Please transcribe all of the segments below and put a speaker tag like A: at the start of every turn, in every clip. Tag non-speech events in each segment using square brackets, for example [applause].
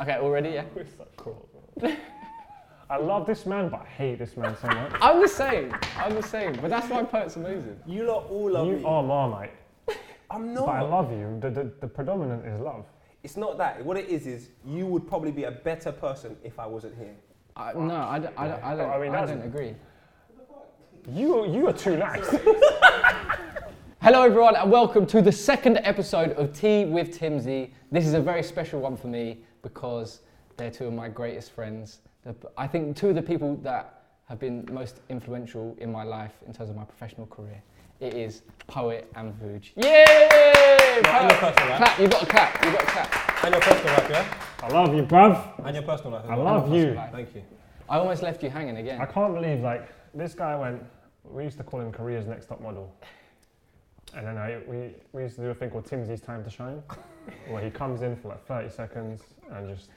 A: Okay, already? Yeah.
B: We're so cool. I love this man, but I hate this man so much.
A: I'm the same. I'm the same. But that's why Pert's amazing.
C: You lot all love
B: You
C: me.
B: are Marmite,
C: I'm
B: but I
C: not.
B: love you. The, the, the predominant is love.
C: It's not that. What it is is you would probably be a better person if I wasn't here.
A: I, no, I don't, I don't, I don't,
B: I
A: I
B: mean, that's-
A: don't agree.
B: You, you are too nice.
A: Hello, everyone, and welcome to the second episode of Tea with Timsy. This is a very special one for me because they're two of my greatest friends. The- I think two of the people that have been most influential in my life in terms of my professional career. It is Poet and Vooge. Yay!
C: Not in
A: Poet.
C: your personal life.
A: Clap, you've got to clap, you've got to clap.
C: And your personal life, yeah?
B: I love you, bruv.
C: And your personal life. as
B: I
C: well.
B: love you.
A: Like,
C: Thank you.
A: I almost left you hanging
B: I
A: again.
B: can't believe like this guy went. We used to call him Korea's next top model, and then I we we used to do a thing called Timsy's Time to Shine, where he comes in for like 30 seconds and just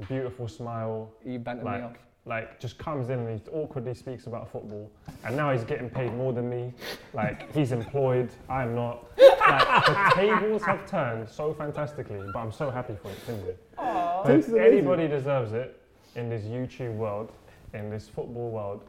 B: a beautiful smile,
A: You bantered
B: like
A: me off.
B: like just comes in and he awkwardly speaks about football, and now he's getting paid more than me. Like he's employed, I'm not. Like, the tables have turned so fantastically, but I'm so happy for it, Timsy.
A: Oh,
B: If anybody deserves it in this YouTube world, in this football world,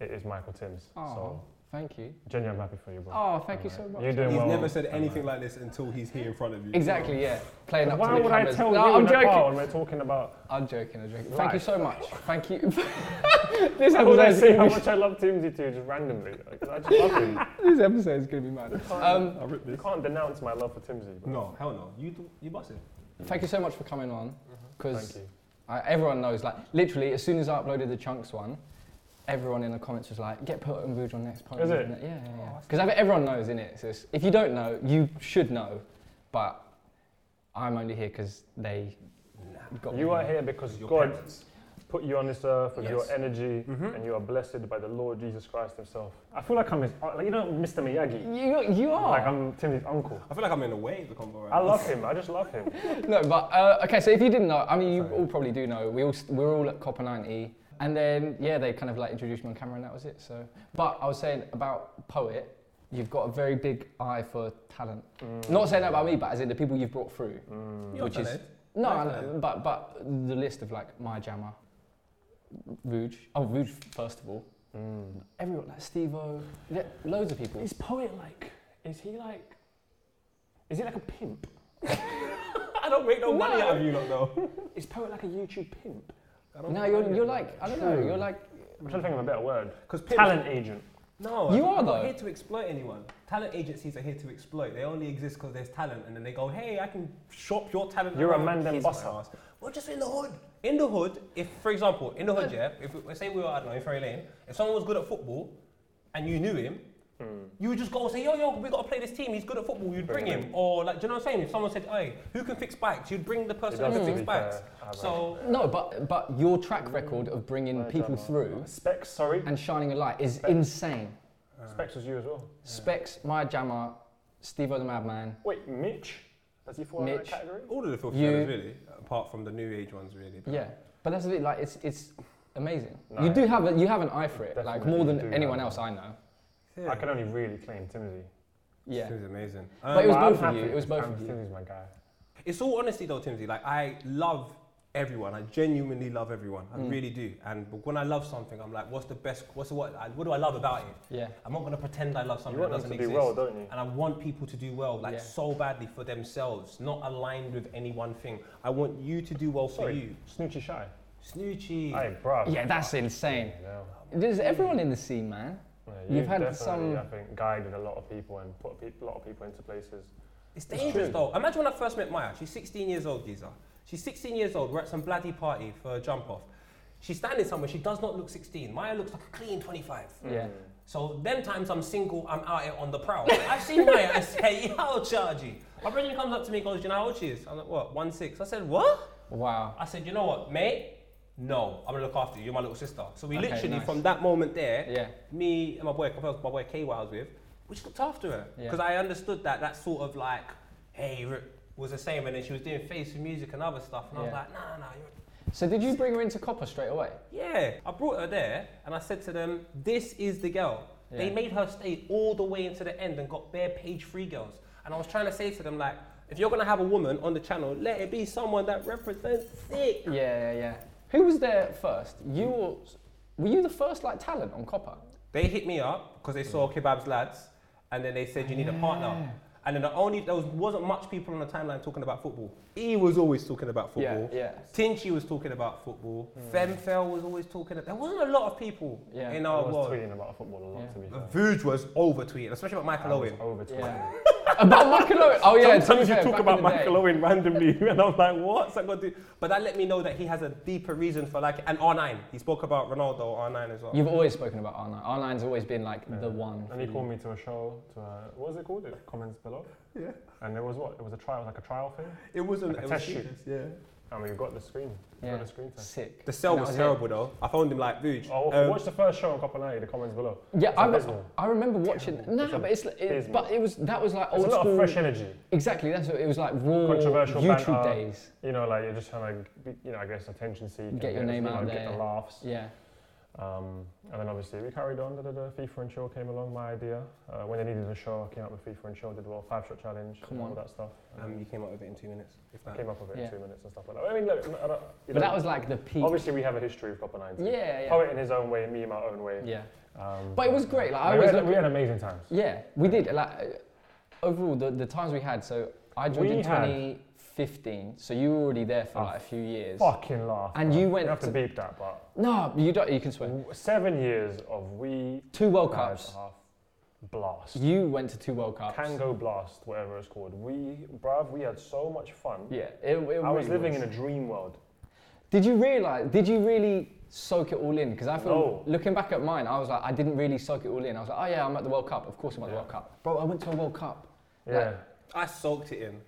B: it is Michael Timms.
A: Oh,
B: So,
A: thank you.
B: genuinely, I'm happy for you, bro.
A: Oh, thank you so much.
B: You're doing
C: He's
B: well.
C: never said anything like this until he's here in front of you.
A: Exactly, yeah. Playing up to
B: Why
A: the
B: would I
A: cameras.
B: tell
A: no,
B: you
A: I'm
B: in a bar
A: joking.
B: when we're talking about?
A: I'm joking. I'm joking. Thank
B: Right.
A: you so much. Thank
B: [laughs]
A: you. [laughs] this
B: How would I
A: episode,
B: say how much I love Timsy too, just randomly? Like, 'cause I just love him.
A: [laughs] this episode is gonna be mad. [laughs] Um,
C: I ripped
B: You
C: this.
B: can't denounce my love for Timsy. Bro.
C: No, hell no. You do, you bust it.
A: thank you so much for coming on,
B: Mm-hmm. Thank
A: because
B: you.
A: everyone knows. Like literally, as soon as I uploaded the chunks one, everyone in the comments was like, "Get put and Vuj on next podcast."
B: Is it? Oh,
A: Yeah, yeah, yeah.
C: that's
A: Because everyone knows in it. So it's- if you don't know, you should know. But I'm only here because they got me
B: You are here because
C: Your
B: God
C: parents.
B: put you on this earth with
A: Yes. Mm-hmm.
B: your energy, and you are blessed by the Lord Jesus Christ Himself. I feel like I'm his, uh, like, you know, Mr. Miyagi.
A: You, you are.
B: Like I'm Timsy's uncle.
C: I feel like I'm in the way of the combo right
B: I
C: now.
B: love him. I
A: [laughs]
B: just love him.
A: No, but uh, okay. So if you didn't know, I mean, you all probably do know. We all st- we're all at Copper ninety, and then yeah, they kind of like introduced me on camera, and that was it. So, but I was saying about poet, you've got a very big eye for talent.
B: Mm.
A: Not saying that about me, but as in the people you've brought through.
C: You're
A: Which
C: not
A: is-
C: dead.
A: No,
C: Nice
A: I-
C: man.
A: but but the list of like my jammer, Rouge. Oh, Rouge first of all.
B: Mm.
A: Everyone like Steve-O, yeah, loads of people.
B: Is poet like? Is he like? Is he like a pimp?
C: I don't make no, money out of you lot though.
B: Is poet like a YouTube pimp?
C: I don't
A: No,
C: make
A: you're
C: money
A: you're
C: out of
A: like I don't know.
B: True.
A: You're like
B: I'm trying to think of a better word.
C: you. 'Cause pimps-
B: Talent agent.
C: No,
A: You
C: I'm
A: are,
C: not
A: though.
C: here to exploit anyone. Talent agencies are here to exploit. They only exist because there's talent, and then they go, "Hey, I can shop your talent."
B: You're a
C: around."
B: man them
C: Kiss my
B: bosser.
C: ass. We're just in the hood. In the hood, if for example, in the hood, yeah, if we, say we were, I don't know, in Ferry Lane, if someone was good at football, and you knew him, you would just go and say, "Yo, yo, we got to play this team. He's good at football." You'd bring,
B: Hmm. Bring
C: him,
B: him.
C: or like, do you know what I'm saying? If someone said, "Hey, who can fix bikes?" You'd bring the person who
B: does,
C: can
B: to
C: fix
B: be
C: bikes.
B: fair, I
C: So
A: no, but but your track record of bringing people through
B: Specs, sorry.
A: and shining a light is insane.
C: Uh,
B: Specs was you as well.
A: Specs, my jammer, Steve O the Madman.
B: Wait, Mitch? Does he fall in that
A: Mitch.
B: category?
C: all of the filthy
A: You-
C: fellas, really, apart from the new age ones, really.
A: Yeah, but that's it. Like it's it's amazing.
B: No,
A: you do have a, you have an eye for it, like
B: Definitely
A: more
B: do
A: than
B: have
A: anyone
B: that.
A: else I know.
C: Yeah.
B: I can only really claim Timothy.
A: Yeah,
C: It was amazing.
A: But it was
B: Well,
A: both
B: I'm
A: of you,
B: happy.
A: it was both
B: I'm-
A: of you.
B: Timothy's my guy.
C: Oh, It's all honesty though, Timsy. Like I love everyone. I genuinely love everyone. I
B: Mm.
C: really do. And but when I love something, I'm like, what's the best? What's the, what? I, what do I love about it?
A: yeah.
C: I'm not gonna pretend I love
B: You
C: something that
B: want them
C: doesn't
B: to do
C: exist.
B: well, don't you?
C: and I want people to do well, like
A: Yeah.
C: so badly for themselves, not aligned with any one thing. I want you to do well for you.
B: Sorry, Snoochie Shy.
C: Snoochie.
B: Hey, bruv.
A: Yeah, that's insane.
B: You know.
A: There's everyone in the scene, man.
B: Yeah,
A: You've
B: you've
A: had
B: definitely,
A: some-
B: I think, guided a lot of people and put a pe- lot of people into places. It's
C: It's dangerous
B: true.
C: though. Imagine when I first met Maya. She's 16 years old, Giza. She's 16 years old. We're at some bloody party for a jump off. She's standing somewhere. She does not look 16. Maya looks like a clean 25.
B: Mm.
A: Yeah.
C: So them times I'm single, I'm out here on the prowl. I've seen Maya and say, yo, Chargy. My brother comes up to me and goes, do you know how old she is? I'm like, what, one six? I said, what?
A: Wow.
C: I said, you know what, mate? No, I'm gonna look after you. You're my little sister. So we
A: Okay,
C: literally,
A: nice.
C: from that moment there,
A: Yeah.
C: me and my boy, my boy K, what I was with, we just looked after her
A: Yeah.
C: because I understood that that sort of like, hey, r- was the same. And then she was doing face with music and other stuff, and I was
A: Yeah.
C: like, nah, nah, nah, you're
A: So did you bring her into Copper straight away?
C: yeah, I brought her there and I said to them, This is the girl. They
A: Yeah.
C: made her stay all the way into the end and got bare page three girls. And I was trying to say to them, like, If you're gonna have a woman on the channel, let it be someone that represents it.
A: Yeah, yeah, yeah. Who was there first? You or were you the first like talent on Copper?
C: They hit me up because they saw Kebab's lads, and then they said you need a partner. And then the only there was, wasn't much people on the timeline talking about football. He was always talking about
A: Yeah,
C: football.
A: yeah.
C: Tinchy was talking about football. Femfel was always talking. There wasn't a lot of people
A: Yeah.
C: in
B: I
C: our
B: was
C: world.
B: tweeting about Oh, football a lot
A: Yeah.
B: to be fair.
C: Vuj was over tweeting, especially about Michael
B: I was
C: Owen.
B: over tweeting.
A: Yeah. about Michael Owen. Oh yeah. to be
C: Sometimes you
A: fair,
C: talk
A: back
C: about
A: in the day.
C: Michael Owen randomly, [laughs] and I'm like, what's that got to do? But that let me know that he has a deeper reason for like and R9. He spoke about Ronaldo R9 as well.
A: You've always spoken about R9. R9's always been like the one.
B: And
A: for
B: he
A: you.
B: called me to a show, to a, what was it called? It comments below.
C: Yeah.
B: And there was what? It was a trial, like a trial thing.
C: It wasn't
B: Like a
C: it was
B: test shoot.
C: serious, Yeah.
B: And we got the screen. We
A: Yeah.
B: got the screen test.
A: Sick.
C: The cell
A: And that
C: was
A: it.
C: terrible though. I phoned him like, Vuj.
B: Oh,
C: um,
B: watch the first show on Copper 90, the comments below.
A: Yeah,
B: It's
A: I,
B: abysmal.
A: I remember watching. No,
B: It's
A: but it's it,
B: abysmal.
A: but it was that was like
B: There's a
A: old
B: lot
A: school.
B: of fresh energy.
A: Exactly. That's what it was like. Raw
B: Controversial
A: YouTube
B: banter.
A: days.
B: You know, like you're just trying to, be- you know, I guess attention seeking.
A: Get your name
B: you know,
A: out
B: Get
A: there.
B: the laughs.
A: Yeah.
B: Um, and then obviously we carried on. Da, da, da. FIFA and Chill came along. My idea. Uh, when they needed a show, I came up with FIFA and Chill. Did well, five shot challenge.
A: Come
B: and
A: on.
B: all that stuff. And
C: um, you came up with it in two minutes. If that.
B: came up with it
A: Yeah.
B: in two minutes and stuff like that. I mean, look, I don't,
A: But
B: you know,
A: that was like the peak.
B: obviously we have a history of Copper 90.
A: Yeah, yeah.
B: Poet in his own way, me in my own way.
A: Yeah.
B: Um,
A: But it was great, like, I
B: we
A: always
B: had,
A: look
B: we had amazing times.
A: Yeah, we did. Like uh, overall, the, the times we had. So I joined
B: We
A: in
B: had-
A: 2015. So you were already there for
B: Oh,
A: like a few years.
B: Fucking laugh.
A: And
B: man.
A: you went
B: You have to,
A: to-
B: beep that, but
A: No, you don't. You can swear.
B: seven years of we
A: Two World
B: guys
A: Cups.
B: are blast.
A: You went to two World Cups.
B: Tango blast, whatever it's called. We, bruv, we had so much fun.
A: Yeah, it, it
B: I was
A: really
B: living in a dream world.
A: Did you realize? Did you really soak it all in? Because I feel
B: No.
A: looking back at mine, I was like, I didn't really soak it all in. I was like, oh yeah, I'm at the World Cup. Of course, I'm at the
B: Yeah.
A: World Cup, bro. I went to a World Cup.
B: Yeah.
C: I soaked it in.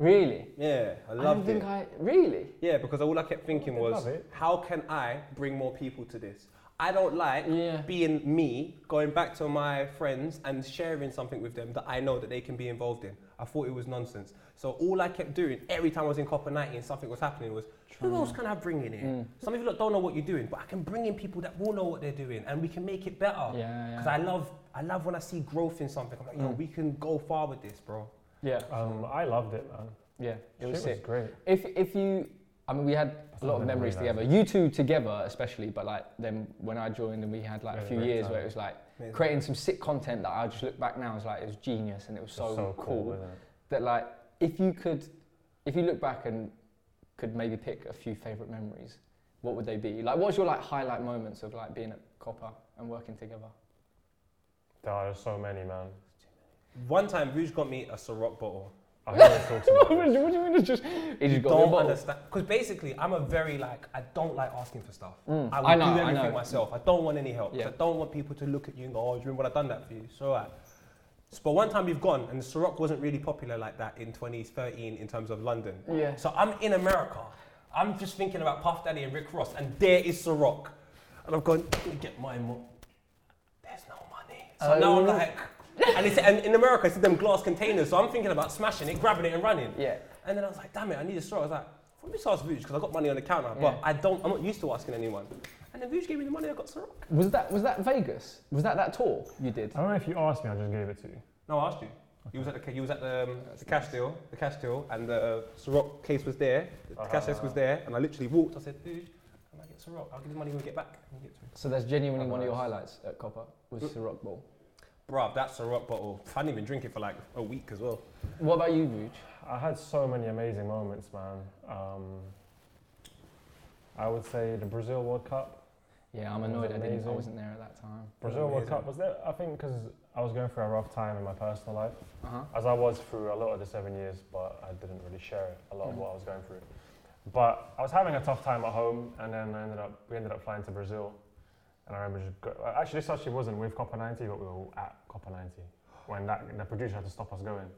A: Really?
C: Yeah, I
A: I don't
C: loved
A: think
C: it.
A: I really.
C: Yeah, because all I kept thinking
B: They
C: was,
B: love it.
C: how can I bring more people to this? I don't like
A: Yeah.
C: being me, going back to my friends and sharing something with them that I know that they can be involved in. I thought it was nonsense. So all I kept doing every time I was in Copper 90 and something was happening was, who else can I bring in here?
A: Mm.
C: Some of you lot don't know what you're doing, but I can bring in people that will know what they're doing and we can make it better.
A: Yeah, Mm. yeah.
C: Because Oh. I love, I love when I see growth in something. I'm like, yo, we can go far with this, bro.
A: Yeah,
B: Um, I loved it, man.
A: yeah. It
B: Shit
A: was
B: was
A: sick.
B: great.
A: If if you, I mean, we had a lot of
B: I never
A: memories
B: realised.
A: together. You two together, especially. But like then when I joined, and we had like a
B: Yeah,
A: few
B: great
A: years
B: time.
A: where it was like
C: Amazing.
A: creating some sick content that I just look back now is like it was genius and it was
B: So,
A: so,
B: so cool,
A: cool.
B: isn't it?
A: that like if you could if you look back and could maybe pick a few favorite memories what would they be like what's your like highlight moments of like being at copper and working together
B: There are so many, man.
C: One time, Rouge got me a Ciroc bottle.
B: I always talk to
A: [laughs] what do you mean it's just he just got me a
C: don't
A: bottle
C: understand because basically I'm a very like I don't like asking for stuff.
A: Mm,
C: I will
A: I know,
C: do
A: I
C: everything
A: know.
C: myself. I don't want any help. 'cause
A: Yeah.
C: I don't want people to look at you and go, "Oh, do you remember when I done that for you?" So, alright. So, but one time we've gone, and the Ciroc wasn't really popular like that in 2013 in terms of London.
A: Yeah.
C: So I'm in America. I'm just thinking about Puff Daddy and Rick Ross, and there is Ciroc, and I've gone, "Let me get my mo- There's no money. So now I'm
A: Oh.
C: like. and, it's, and in America, it's in them glass containers, so I'm thinking about smashing it, grabbing it, and running.
A: yeah
C: And then I was like, damn it, I need a straw. I was like, let me just ask Vuj because I got money on the counter,
A: Yeah.
C: but I don't, I'm not used to asking anyone. And then Vuj gave me the money, I got Ciroc.
A: was that was that vegas was that that tour you did
B: I don't know if you asked me, I just gave it to you.
C: No, I asked you. You was at the, ca- you was at the, um, the cash deal, the cash deal, and the uh, Ciroc case was there, the
B: Uh-huh,
C: cash desk
B: uh-huh.
C: was there, and I literally walked. I said, Vuj, can I get Ciroc? I'll give you the money when we get back. And we get to it.
A: so that's genuinely
B: Oh,
A: one of your
B: nice.
A: highlights at copper was the rock ball
C: Bruv, that Ciroc bottle, I didn't even drink it for like a week as well.
A: what about you Vuj?
B: I had so many amazing moments, man. Um, I would say the Brazil World Cup.
A: yeah i'm
B: That was
A: annoyed i didn't i
B: amazing.
A: wasn't there at that time
B: Brazil World
C: Amazing.
B: Cup was there, I think, because I was going through a rough time in my personal life,
A: uh-huh
B: as I was through a lot of the seven years, but I didn't really share a lot of
A: Mm.
B: what I was going through. But I was having a tough time at home, and then I ended up we ended up flying to Brazil, and I remember just go, actually this actually wasn't with Copper 90, but we were at Copper 90 when that the producer had to stop us going.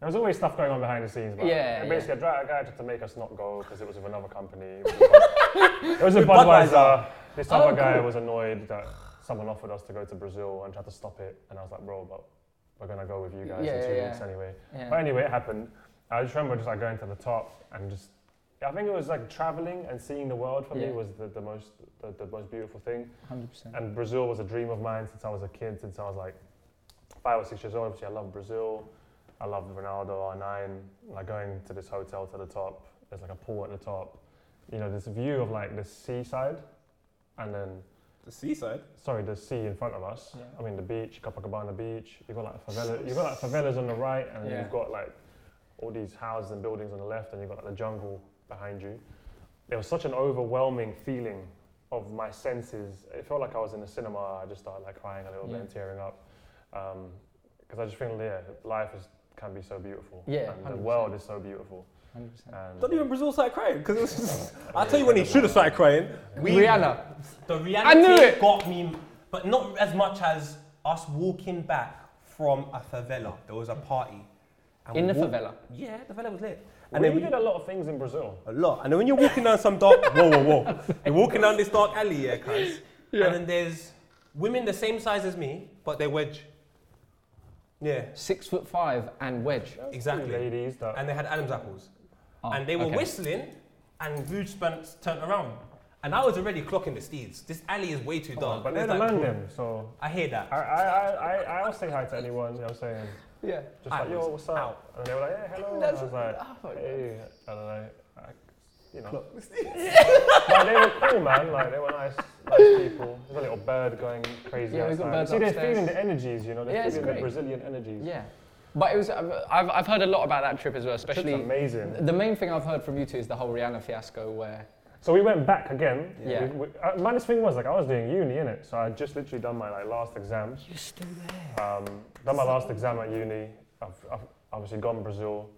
B: There was always stuff going on behind the scenes, but
A: Yeah,
B: and
A: yeah.
B: basically I dragged a guy just to make us not go because it was with another company. It was a
A: [laughs]
B: Bud- it was a
C: With Budweiser.
B: Budweiser. This
A: Oh,
B: other guy
A: cool.
B: was annoyed that someone offered us to go to Brazil and tried to stop it, and I was like, bro, but we're gonna go with you guys
A: Yeah,
B: in two
A: yeah,
B: weeks
A: yeah.
B: anyway. But
A: yeah
B: anyway, it happened. I just remember just like going to the top and just. I think it was like traveling and seeing the world for
A: Yeah.
B: me was the, the most the, the most beautiful thing.
A: 100%
B: And Brazil was a dream of mine since I was a kid, since I was like five or six years old. Obviously, I love Brazil. I love Ronaldo R9. Like going to this hotel to the top, there's like a pool at the top. You know, this view of like the seaside, and then
C: The seaside.
B: sorry, the sea in front of us.
A: Yeah.
B: I mean, the beach, Copacabana Beach. You've got like favela, you've got like favelas on the right, and
A: Yeah.
B: you've got like all these houses and buildings on the left, and you've got like the jungle behind you. There was such an overwhelming feeling of my senses. It felt like I was in the cinema. I just started like crying a little
A: Yeah.
B: bit and tearing up, because I just feel yeah, life is, can be so beautiful.
A: Yeah,
B: and the
A: 100%.
B: world is so beautiful.
A: 100%.
B: And
C: Don't even Brazil start crying because [laughs] was just, I tell you when he should have started crying. We,
A: Rihanna.
C: The Rihanna
A: I knew
C: thing
A: it.
C: got me, but not as much as us walking back from a favela. There was a party. and
A: In
C: we
A: the
C: walked-
A: favela.
C: Yeah, the favela was lit.
B: and
C: And then
B: we
C: we
B: did a lot of things in Brazil.
C: a lot. And then when you're walking down some dark, [laughs] whoa, whoa, whoa, you're walking down this dark alley, yeah, cuz. And then there's women the same size as me, but they wedge. Yeah,
A: Six foot five and wedge.
C: exactly.
B: Ladies that
C: And they had Adam's apples.
A: Oh,
C: and they were
A: okay.
C: whistling, and Vuj Spence turned around. And I was already clocking the steeds. This alley is way
A: Oh,
C: too dark.
B: but they're
C: It's
B: the
C: like-
B: man them, so
C: I hear that.
B: I, I, I, I- I'll say hi to anyone, you know what I'm saying?
A: Yeah.
B: Just
C: I
B: like, yo,
C: was
B: what's up?
C: out.
B: And they were like, yeah, hello. and I was like,
A: oh,
B: hey, I don't know. I, you know. [laughs] but they were cool, man. Like, they were nice, nice people. There's a little bird going crazy.
A: Yeah, we've got
B: outside.
A: birds
B: See, they're
A: upstairs.
B: feeling the energies, you know, they're
A: Yeah, it's
B: feeling the
A: great.
B: Brazilian energies.
A: Yeah. But it was, I've, I've- I've heard a lot about that trip as well,
B: It's
A: especially.
B: amazing.
A: The main thing I've heard from you two is the whole Rihanna fiasco where.
B: So we went back again.
A: Yeah.
B: We, we, uh, minus thing was like I was doing uni in it, so I had just literally done my like last exam. You're still there. Um, done my last exam at uni. I've, I've obviously gone Brazil.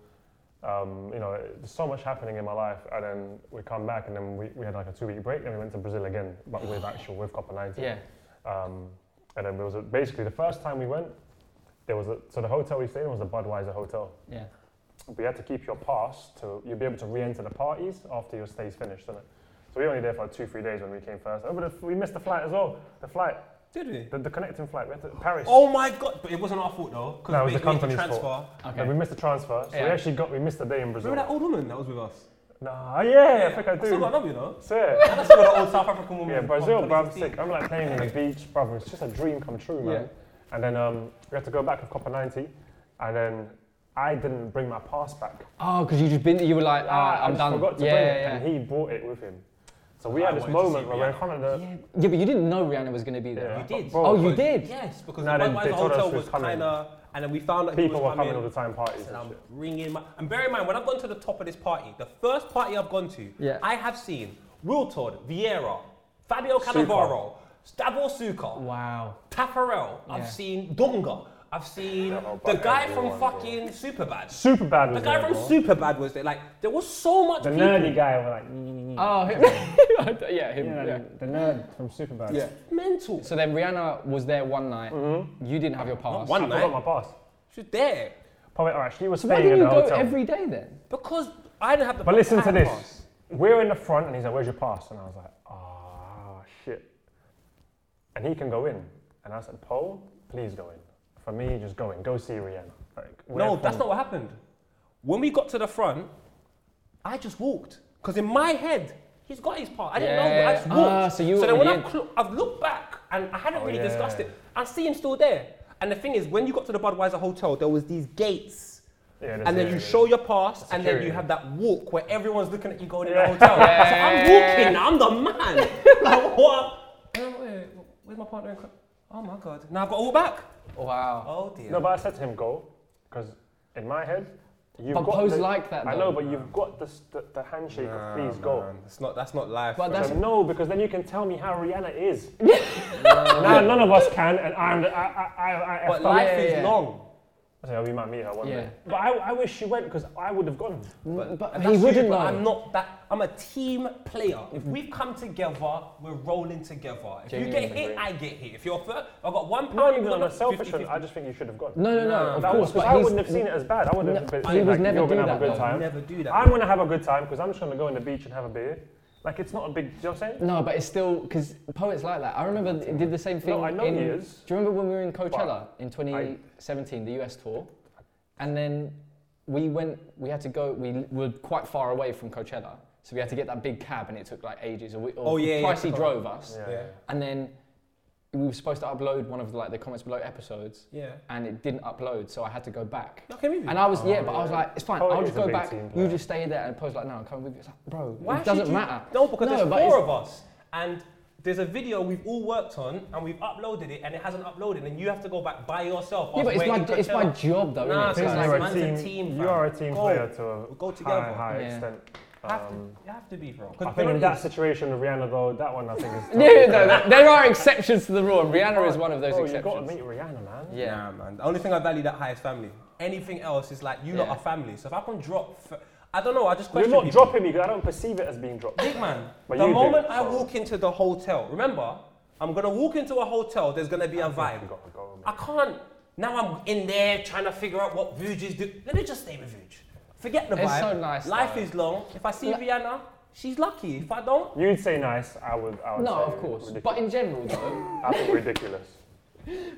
B: Um, you know, it- there's so much happening in my life, and then we come back, and then we, we had like a two week break, and we went to Brazil again, but [sighs] with actual with Copa 90.
A: Yeah.
B: Um, and then there was a, basically the first time we went, there was a, so the hotel we stayed in was the Budweiser hotel.
A: Yeah.
B: But you had to keep your pass to you'll be able to re-enter the parties after your stay's finished, isn't it? So we were only there for like two, three days when we came first. Oh, but the, we missed the flight as well. The flight,
C: Did we?
B: the, the connecting flight, we had to Paris.
C: Oh my god! But it wasn't our fault though. 'cause
B: No, it was
C: we
B: the
C: had to make
B: company's
C: transfer.
B: fault.
A: Okay.
B: No, we missed the transfer, so we
A: Yeah.
B: actually got we missed the day in Brazil.
C: Remember that old woman that was with us?
B: Nah, yeah, I think I
C: still got
B: do.
C: love, you know.
B: Swear.
C: And I still got an old South African woman.
B: Yeah,
C: from
B: Brazil, bruv,
C: 2016.
B: sick. I'm like playing on the beach, brother. It's just a dream come true, man. And then um, we had to go back with Copper 90, and then I didn't bring my pass back.
A: Oh, because you just been, you were like,
B: Ah,
A: ah,
B: I
A: I'm
B: just
A: done.
B: forgot to
A: yeah,
B: bring it,
A: yeah, yeah.
B: and he brought it with him. So we
C: I
B: had this
C: wanted to see
B: moment where we're in
C: Rihanna.
B: front of the.
A: yeah. Yeah, but you didn't know Rihanna was going to be there.
B: Yeah.
C: You did.
B: Bro,
A: Oh, you
C: Because-
A: did?
C: Yes, because
B: No,
C: the
B: they- they
C: Budweiser
B: told us
C: hotel
B: who
C: was
B: was coming.
C: kind of, and then we found out
B: People
C: he
B: were
C: was
B: coming all the time, parties
C: And
B: and
C: I'm
B: shit.
C: ringing my. And bear in mind, when I've gone to the top of this party, the first party I've gone to,
A: Yeah.
C: I have seen Will Todd, Vieira, Fabio Cannavaro, Stavro Suka,
A: Wow.
C: Taffarel.
A: Yeah.
C: I've seen Dunga. I've seen
B: know,
C: the
B: but
C: guy
B: everyone,
C: from
B: bro.
C: fucking Superbad.
B: Super bad
C: The
B: was
C: guy
B: there,
C: from
B: bro.
C: Superbad was there. Like there was so much.
B: The
C: people.
B: nerdy guy, were like, "Mm,
A: Oh, [laughs] him. yeah, him.
B: yeah,
A: Yeah,
B: the nerd from Superbad.
A: yeah.
C: Mental.
A: So then Rihanna was there one night.
B: Mm-hmm.
A: You didn't have your pass.
C: one
B: I
C: night.
B: forgot my pass.
C: She was there
B: Probably, all right, she was
A: Why
B: staying
A: didn't
B: in
A: you
B: the
A: go
B: hotel.
A: every day then?
C: because I didn't have the.
B: But listen
C: I
B: to
C: had a
B: this.
C: pass.
B: We're in the front, and he's like, "Where's your pass?" And I was like, "Ah, shit." And he can go in, and I said, "Paul, please go in." For me, just go in. Go see Rihanna. Like, we're
C: No,
B: from-
C: that's not what happened. When we got to the front, I just walked because in my head he's got his part. I didn't know. I just
A: Yeah.
C: walked.
A: Ah, so you
C: then when
A: already
C: I've, clo- I've looked back and I hadn't
B: Oh,
C: really
B: yeah.
C: discussed it, I see him still there. And the thing is, when you got to the Budweiser hotel, there was these gates,
B: Yeah,
C: and then you
B: there's-
C: show your pass, and then
B: Security.
C: you have that walk where everyone's looking at you going
B: Yeah.
C: in the hotel.
A: Yeah.
C: So I'm walking. I'm the man. like what? Oh, wait, Where's my partner? in cri- Oh my god! Now I've got all back.
A: Wow.
C: Oh dear.
B: No, but I said to him, "Go," because in my head, you've
A: But
B: got
A: Poe's
B: the-
A: like that,
B: I know,
A: though.
B: but you've got this, the, the handshake of please go.
C: Man, It's not. That's not life.
A: But
C: bro.
B: I
A: that's-
B: said, no, because then you can tell me how Rihanna
A: [laughs]
B: is. now none of us can, and I'm. The, I, I, I, I,
C: But
B: I,
C: life
A: yeah,
C: is
A: yeah.
C: long.
B: I said, oh, we might meet her one
A: Yeah.
B: day. But I, I wish she went because I would have gone.
A: But,
C: And
A: he
C: that's you,
A: wouldn't
C: but
A: know.
C: I'm not that. I'm a team player. If we've come together, we're rolling together. If you get
A: Genuinely
C: hit,
B: agree.
C: I get hit. If you're third, I got one pound.
B: Not
C: you've
B: even
C: got
B: on a
C: another
B: selfish
C: 50,
B: one. I just think you should have gone.
A: no, no, no.
C: No,
A: of
B: That
A: course,
B: was-
A: but
B: I
A: he's-
B: wouldn't have seen it as bad. I would have
A: No,
B: been
A: I
B: seen
A: would
B: like,
A: never
B: you're
A: do
B: gonna have
A: that,
B: a good
A: though.
B: time.
C: Never do that,
B: I'm
C: bro.
B: gonna have a good time because I'm just gonna go on the beach and have a beer. Like it's not a big. You know what I'm saying?
A: No, but it's still because poets like that. I remember it did the same thing.
B: No, I know
A: in,
B: he is.
A: Do you remember when we were in Coachella in 2017, the US tour, and then we went. We had to go. We l- were quite far away from Coachella, so we had to get that big cab, and it took like ages. Or we, or
C: Oh, yeah, yeah,
A: Pricey
C: forgot.
A: drove us,
C: Yeah.
A: and then. we were supposed to upload one of like the comments below episodes,
C: Yeah.
A: and it didn't upload, so I had to go back.
C: No, can we do
A: And I was
B: Oh,
A: yeah, but I was
B: yeah.
A: like, it's fine.
B: Oh,
A: I'll
B: it
A: just
B: is a
A: go
B: big
A: back.
B: team
A: You
B: player.
A: just stay there and post like, no, I'm coming with you. It's like, bro,
C: Why
A: it
C: should
A: doesn't
C: you-
A: matter.
C: No, because
A: No,
C: there's
A: but
C: four
A: it's-
C: of us, and there's a video we've all worked on, and we've uploaded it, and it hasn't uploaded, and you have to go back by yourself.
A: Yeah,
C: after
A: but it's
C: waiting
A: my
C: for
A: it's my
C: Coachella.
A: job though.
C: Nah,
A: innit?
C: it's
A: It's
C: like-
B: you're
A: like-
B: a
C: man's
B: team.
C: a team,
B: you
C: fam.
B: are a team
C: Go.
B: player to a
C: Go
B: high,
C: together.
B: high
A: Yeah.
B: extent.
C: Have to,
B: Um,
C: you have to be, bro. 'Cause
B: I
C: we're
B: think in
C: not
B: that
C: used-
B: situation with Rihanna, though, that one I think
A: [laughs]
B: is.
A: No, no, no, no, there are exceptions to the rule, and Rihanna is one of those
B: oh, you got to
A: exceptions.
B: meet Rihanna, man.
A: Yeah.
C: Nah, man. The only thing I value that high is family. Anything else is like you lot
A: Yeah.
C: are family. So if I can drop, f- I don't know. I just
B: You're
C: question.
B: not
C: people.
B: dropping me because I don't perceive it as being dropped.
C: Big man.
B: But
C: the
B: you do,
C: moment I
B: so-
C: walk into the hotel, remember, I'm gonna walk into a hotel. There's gonna be a
B: You
C: vibe.
B: got to go.
C: I
B: Man.
C: can't. Now I'm in there trying to figure out what Vuj is doing. Let me just stay with Vuj. Forget the
A: It's
C: vibe.
A: so nice,
C: Life
A: though.
C: is long. If I see
A: Li-
C: Rihanna, she's lucky. If I don't,
B: You'd say nice. I would. I would
A: No,
B: say
A: of course.
B: ridiculous.
A: But in general though.
B: I think ridiculous.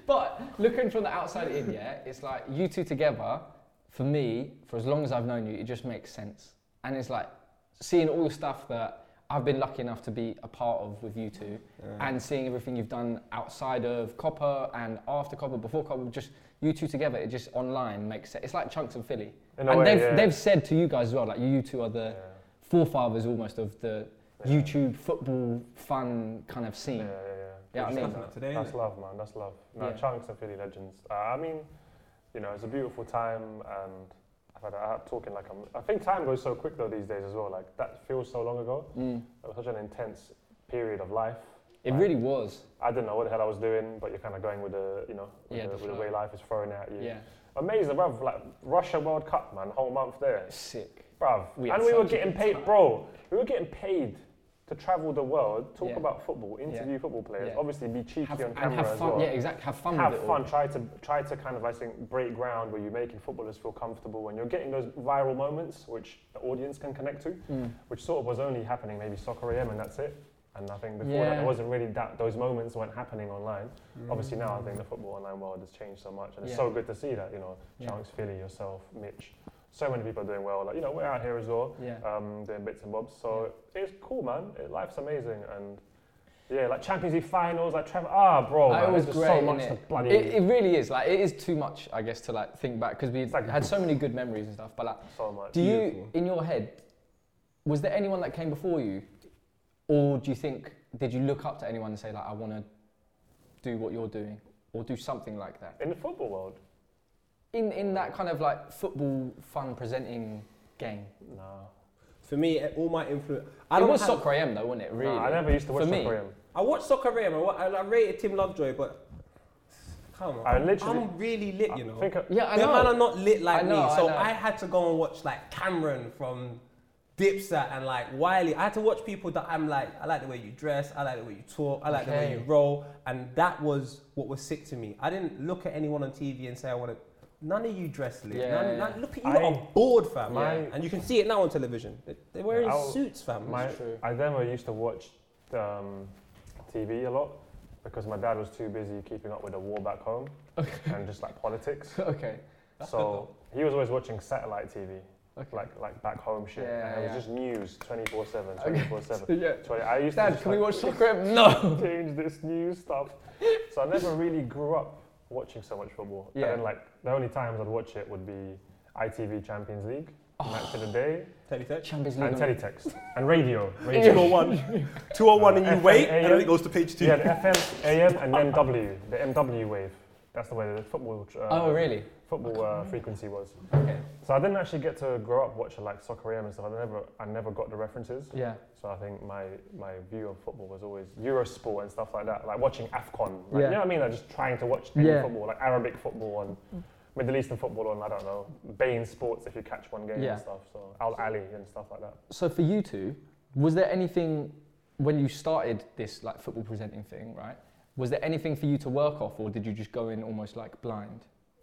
A: But looking from the outside in, yeah, it's like you two together, for me, for as long as I've known you, it just makes sense. And it's like seeing all the stuff that I've been lucky enough to be a part of with you two, and seeing everything you've done outside of Copper and after Copper, before Copper, just you two together, it just online makes sense. It's like Chunks and Philly.
B: In a
A: and
B: way,
A: they've,
B: yeah.
A: they've said to you guys as well, like you two are the
B: Yeah.
A: forefathers almost of the
B: Yeah.
A: YouTube football fun kind of
B: Yeah,
A: scene.
B: yeah,
A: Yeah, I
C: We're
A: mean-
C: discussing that today.
B: That's
C: innit?
B: love, man. That's love. No,
A: Yeah.
B: Chunks are Philly legends. Uh, I mean, you know, it's a beautiful time, and I've had a, I'm talking like I'm. I think time goes so quick though these days as well. Like that feels so long ago.
A: Mm.
B: It was such an intense period of life.
A: It
B: Right.
A: really was.
B: I didn't know what the hell I was doing, but you're kind of going with the, you know, with,
A: Yeah,
B: the,
A: the
B: with the
A: flow.
B: way life is thrown at you.
A: Yeah.
B: Amazing, bruv. Like Russia World Cup, man, whole month there,
A: Sick.
B: bruv.
A: We had
B: and we were
A: such a
B: getting paid, bro. We were getting paid to travel the world, talk
A: Yeah.
B: about football, interview football players,
A: Yeah.
B: obviously be cheeky
A: Have-
B: on
A: and
B: camera
A: have
B: as
A: fun.
B: well.
A: Yeah, exactly. Have fun
B: Have
A: with it.
B: fun.
A: All.
B: Try to try to kind of I think break ground where you're making footballers feel comfortable, and you're getting those viral moments which the audience can connect to,
A: Mm.
B: which sort of was only happening maybe soccer AM, and that's it. And I think before that,
A: Yeah.
B: there wasn't really that those moments weren't happening online. Obviously now I think the football online world has changed so much, and it's
A: Yeah.
B: so good to see that you know
A: Yeah.
B: Chunks, Philly, yourself, Mitch, so many people are doing well. Like you know we're out here as well,
A: Yeah.
B: um, doing bits and bobs. So it's cool, man. It, life's amazing, and yeah, like Champions League finals, like Trevor. Ah, bro,
A: Like,
B: man,
A: it was
B: there's
A: great.
B: just so much to
A: innit?
B: bloody.
A: it, it really is. Like it is too much, I guess, to like think back because we
B: It's like-
A: had so many good memories and stuff. But like,
B: so much.
A: do you,
C: Beautiful.
A: in your head, was there anyone that came before you, or do you think did you look up to anyone and say like, I want to do what you're doing, or do something like that?
B: in the football world?
A: In in that kind of like football fun presenting game.
B: No.
C: For me, eh, all my influence. I
A: it
C: don't
A: was
C: have-
A: Soccer AM though, wasn't it? Really.
B: I never used to watch
A: For me,
B: soccer AM.
C: I watched Soccer AM and wa- and I rated Tim Lovejoy, but come on,
B: I literally-
C: I'm really lit,
B: I
C: you know.
B: think I-
A: Yeah, I
C: Them man
A: know. [laughs]
C: are not lit like
A: I know,
C: me,
A: I
C: so
A: know.
C: I, had to go and watch like Cameron from Dipset and like Wiley. I had to watch people that I'm like, I like the way you dress, I like the way you talk, I like the way
A: Okay.
C: you roll, and that was what was sick to me. I didn't look at anyone on TV and say I want to. None of you dress lit.
A: Yeah,
C: none,
A: yeah,
C: none-
A: yeah.
C: look at you, lot
B: I-
C: are bored, fam.
A: My-
C: and you can see it now on television. They- They're wearing
B: I'll-
C: suits, fam.
B: my,
A: true.
B: I never used to watch um, TV a lot because my dad was too busy keeping up with the war back home and just like politics.
A: okay.
C: That's good
B: so he was always watching satellite TV,
A: Okay.
B: like like back home shit.
A: Yeah,
B: and it
A: yeah.
B: was just news 24 7,
A: Okay.
B: 24
A: [laughs]
B: 7.
A: yeah.
B: I used to
A: Dad,
B: just,
A: can we
B: like,
A: watch Soccer [laughs] AM? No.
B: change this new stuff. So I never really grew up watching so much football.
A: Yeah.
B: And then, like the only times I'd watch it would be ITV Champions League,
A: Oh.
B: match of the day,
A: [laughs]
C: Teddy Tech.
A: Champions League.
B: and
A: on-
B: teletext and
A: [laughs]
B: radio. radio.
C: 201. [laughs] 201 and you
B: FM,
C: wait, and
B: AM.
C: then it goes to page two.
B: yeah, the FM, AM, and MW, the MW wave. That's the way the football. Uh,
A: Oh really?
B: Football uh, frequency was.
A: Okay.
B: So I didn't actually get to grow up watching like soccer AM and stuff. I never, I never got the references.
A: Yeah.
B: So I think my, my view on football was always Eurosport and stuff like that, like watching AFCON. Like,
A: Yeah.
B: You know what I mean? Like just trying to watch any
A: Yeah.
B: football, like Arabic football and Middle Eastern football on, I don't know, Bain Sports if you catch one game
A: Yeah.
B: and stuff. So Al Ali and stuff like that.
A: So for you two, was there anything when you started this like football presenting thing, right? Was there anything for you to work off, or did you just go in almost like blind?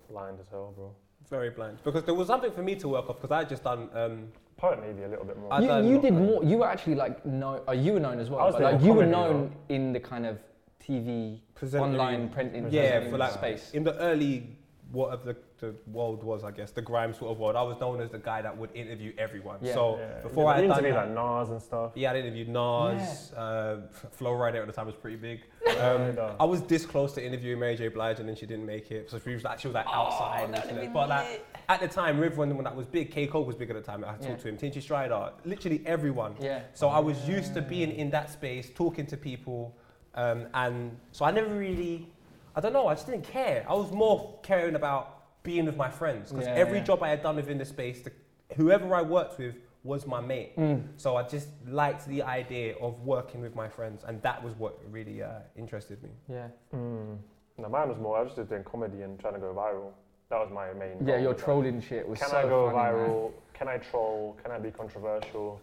B: Blind as hell, bro.
C: Very blind. Because there was something for me to work off because I had just done. Um,
B: Poet maybe a little bit more.
C: I
A: you
C: done
A: you
C: not
A: did
C: blind.
A: more. You were actually like no. Uh, you were known as well,
B: I was
A: but
B: doing
A: like you were
B: comedy,
A: known in the kind of TV
C: Presenting-
A: online printing
B: Presenting
C: yeah,
A: presenting
C: for like
A: space.
C: in the early whatever the, the world was, I guess, the grime sort of world, I was known as the guy that would interview everyone.
A: Yeah.
C: so
B: Yeah.
C: before I
B: you
C: had done
B: interview
C: that,
B: like Nas and stuff.
C: yeah, I interviewed Nas, uh, Flow Rider at the time was pretty big. Um,
B: Rider.
C: I was this close to interviewing Mary J. Blige and then she didn't make it. So she was like, she was like outside. and shit. but like, at the time, everyone when that was big, K. Cole was big at the time. I talked
A: Yeah.
C: to him, Tinchy Strider, literally everyone.
A: Yeah.
C: So I was used to being in that space, talking to people, um, and so I never really, I don't know, I just didn't care. I was more caring about being with my friends because
A: Yeah,
C: every
A: yeah.
C: job I had done within the space, the, whoever I worked with was my mate.
A: Hmm.
C: So I just liked the idea of working with my friends, and that was what really uh, interested me.
A: Yeah.
B: Mm. No, mine was more. I was just doing comedy and trying to go viral. That was my main.
A: Yeah,
B: goal.
A: your
B: It's like,
A: trolling shit was
B: Can
A: so
B: I go
A: funny, man.
B: viral? Can I troll? Can I be controversial?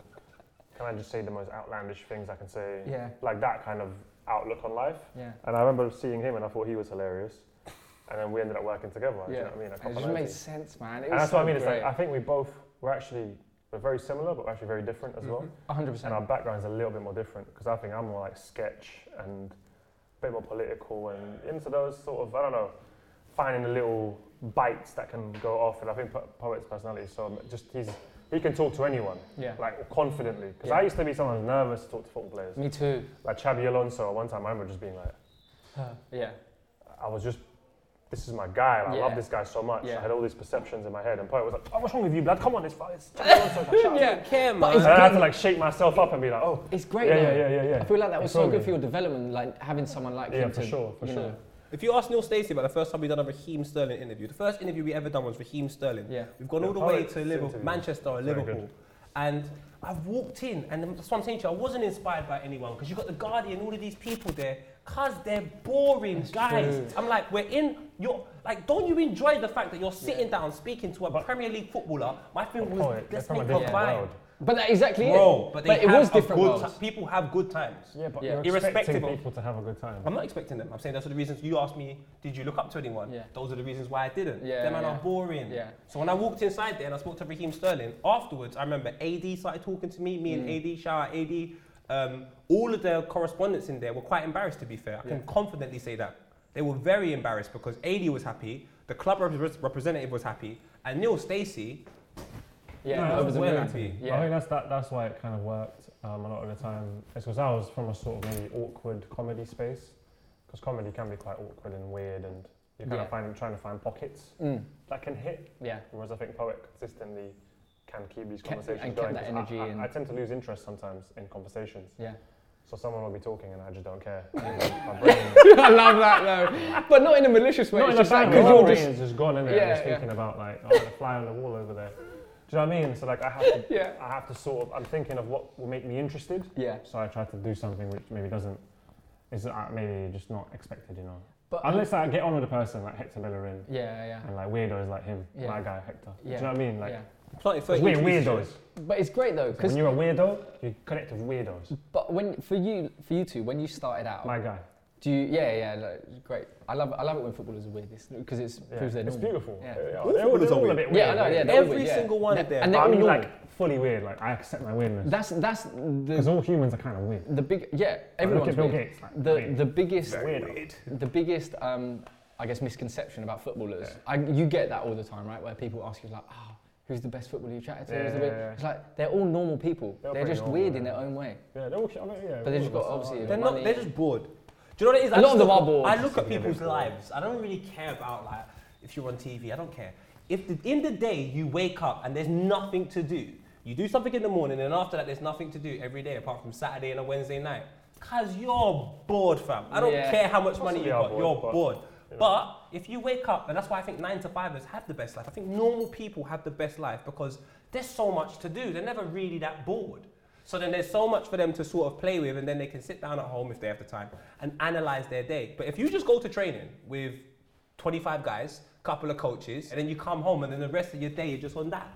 B: Can I just say the most outlandish things I can say?
A: Yeah.
B: Like that kind of outlook on life.
A: Yeah.
B: And I remember seeing him, and I thought he was hilarious. And then we ended up working together. do you
A: Yeah.
B: know what I mean? I
A: It just made sense, man. It
B: and
A: was
B: that's
A: so
B: what I mean. It's
A: great.
B: like I think we both were actually we're very similar, but we're actually very different
A: Mm-hmm.
B: as well.
A: 100%.
B: And our background's a little bit more different because I think I'm more like sketch and a bit more political and into those sort of I don't know, finding the little bites that can go off. And I think Po- poet's personality is so just he's he can talk to anyone
A: yeah.
B: like confidently because
A: Yeah.
B: I used to be someone who's nervous to talk to football players.
A: Me too.
B: Like Chabi Alonso, one time I remember just being like,
A: yeah.
B: I was just. This is my guy. like, I
A: Yeah.
B: love this guy so much.
A: Yeah.
B: I had all these perceptions in my head, and Poet was like, "Oh, what's wrong with you, blood? Come on, it's fine. It's Chabi Alonso. Like,
A: [laughs]
B: shut up."
A: Yeah.
C: Care,
A: But
B: And I had to like shake myself up and be like, "Oh,
A: It's great
B: yeah,
A: though.
B: yeah, yeah, yeah, yeah."
A: I feel like that was
B: It's
A: so
B: all
A: good
B: good.
A: for your development, like having someone like
B: Yeah,
A: him
B: for
A: to,
B: sure, for
A: you
B: sure.
A: know,
C: If you ask Neil Stacey about the first time we done a Raheem Sterling interview, the first interview we ever done was Raheem Sterling.
A: Yeah.
C: We've gone
B: Yeah,
C: all the way
B: Pirates
C: to Liverpool,
B: interview.
C: Manchester or
B: Very
C: Liverpool. And I've walked in, and that's what I'm saying to you, I wasn't inspired by anyone because you've got The Guardian, all of these people there, because they're boring guys.
A: true.
C: I'm like, we're in, you're, like, don't you enjoy the fact that you're sitting down speaking to a
B: But-
C: Premier League footballer? My thing
B: But
C: was,
B: Poet, they're
C: let's
B: from a
C: make a
B: different
C: vibe.
B: world.
A: But that exactly
C: Bro,
A: it.
C: but, they
A: it
C: have
A: was
C: a
A: different.
C: good
A: worlds.
C: ti- people have good times.
B: Yeah, but
A: Yeah.
B: you're
C: Irrespective
B: expecting
C: of-
B: people to have a good time.
C: I'm not expecting them. I'm saying that's the reasons you asked me, did you look up to anyone?
A: Yeah.
C: Those are the reasons why I didn't.
A: Yeah,
C: them man
A: yeah.
C: are boring.
A: Yeah.
C: So when I walked inside there and I spoke to Raheem Sterling, afterwards I remember AD started talking to me, me
A: Mm.
C: and AD, shout out AD. Um, all of their correspondents in there were quite embarrassed to be fair. I can confidently say that. They were very embarrassed because AD was happy, the club rep- representative was happy, and Neil Stacey,
A: Yeah,
C: No,
A: it was a
C: we're
A: good-
C: happy.
B: I
A: Yeah.
B: think that's that, that's why it kind of worked um, a lot of the time. It's because I was from a sort of maybe awkward comedy space, because comedy can be quite awkward and weird, and you're kind
A: Yeah.
B: of find, trying to find pockets
A: [laughs] Mm,
B: that can hit.
A: yeah.
B: Whereas I think poet consistently can keep these
A: Kept-
B: conversations
A: and kept
B: going.
A: that
B: 'cause I-
A: energy
B: I,
A: and-
B: I tend to lose interest sometimes in conversations.
A: Yeah.
B: So someone will be talking and I just don't care. My brain-
A: [laughs] I love that though. But not in a malicious way.
B: not
A: it's
B: in a
A: just like,
B: bad way.
A: 'cause
B: My
A: you're
B: brain
A: just-
B: is just gone in there.
A: Yeah,
B: I'm just
A: yeah.
B: thinking about like, oh, the fly on the wall over there. Do you know what I mean? So like, I have to,
A: Yeah.
B: I have to sort of. I'm thinking of what will make me interested.
A: Yeah.
B: So I try to do something which maybe doesn't, is uh, maybe just not expected, you know.
A: But
B: Unless I get on with the person like Hector Bellerin
A: Yeah, yeah.
B: and like weirdos like him,
A: Yeah.
B: my guy Hector.
A: Yeah.
B: Do you know what I mean? Like,
A: yeah.
C: planted
B: 'cause
C: 30
B: we're
C: trees.
B: weirdos.
A: But it's great though,
B: When
A: because
B: you're a weirdo, you connect with weirdos.
A: but when for you for you two when you started out,
B: My guy.
A: do you? Yeah, yeah, like, great. I love I love it when footballers are weird because it's
B: Yeah.
A: proves they're
B: It's
A: normal.
B: beautiful.
A: Yeah.
B: They are-
C: All
B: they're all,
C: footballers
B: they're
C: are
B: all a
C: weird.
B: bit weird.
A: Yeah, I know. Yeah, they're all
C: Every
A: weird, yeah.
C: single one of
A: And
C: them.
A: they-
B: But I
A: all
B: mean,
A: normal.
B: like fully weird. Like I accept my weirdness
A: That's that's
B: because
A: the
B: all humans are kind of weird.
A: the big yeah.
B: Look
A: Everyone's
B: at Bill
A: weird.
B: Gates. Like,
A: The
B: weird.
A: the biggest
B: weird.
A: the biggest um, I guess misconception about footballers. I, you get that all the time, right? Where people ask you like, oh, who's the best footballer you chatted to?
B: Yeah,
A: Who's the
B: yeah,
A: best-"
B: yeah.
A: It's like they're all normal people.
B: They're
A: They're,
B: pretty
A: just
B: normal,
A: weird in
B: yeah.
A: their own way.
B: yeah, they're all. I mean, yeah,
A: But they just
B: all
A: got
B: of us are
A: obviously.
C: They're
A: the
C: not.
A: money-
C: They're just bored. Do you know what it is? I
A: A lot
C: just
A: of them
C: look-
A: are bored.
C: I look at
B: Yeah,
C: people's
B: they're bored.
C: lives. I don't really care about like if you're on TV. I don't care. If the, in the day you wake up and there's nothing to do, you do something in the morning, and after that there's nothing to do every day apart from Saturday and a Wednesday night. Cause you're bored, fam. I don't
A: Yeah.
C: care how much money
B: Possibly
C: you got.
B: are
C: you're
B: bored, but-
C: bored. But if you wake up, and that's why I think nine to fivers have the best life. I think normal people have the best life because there's so much to do. They're never really that bored. So then there's so much for them to sort of play with, and then they can sit down at home if they have the time and analyze their day. But if you just go to training with 25 guys, couple of coaches, and then you come home, and then the rest of your day you're just on that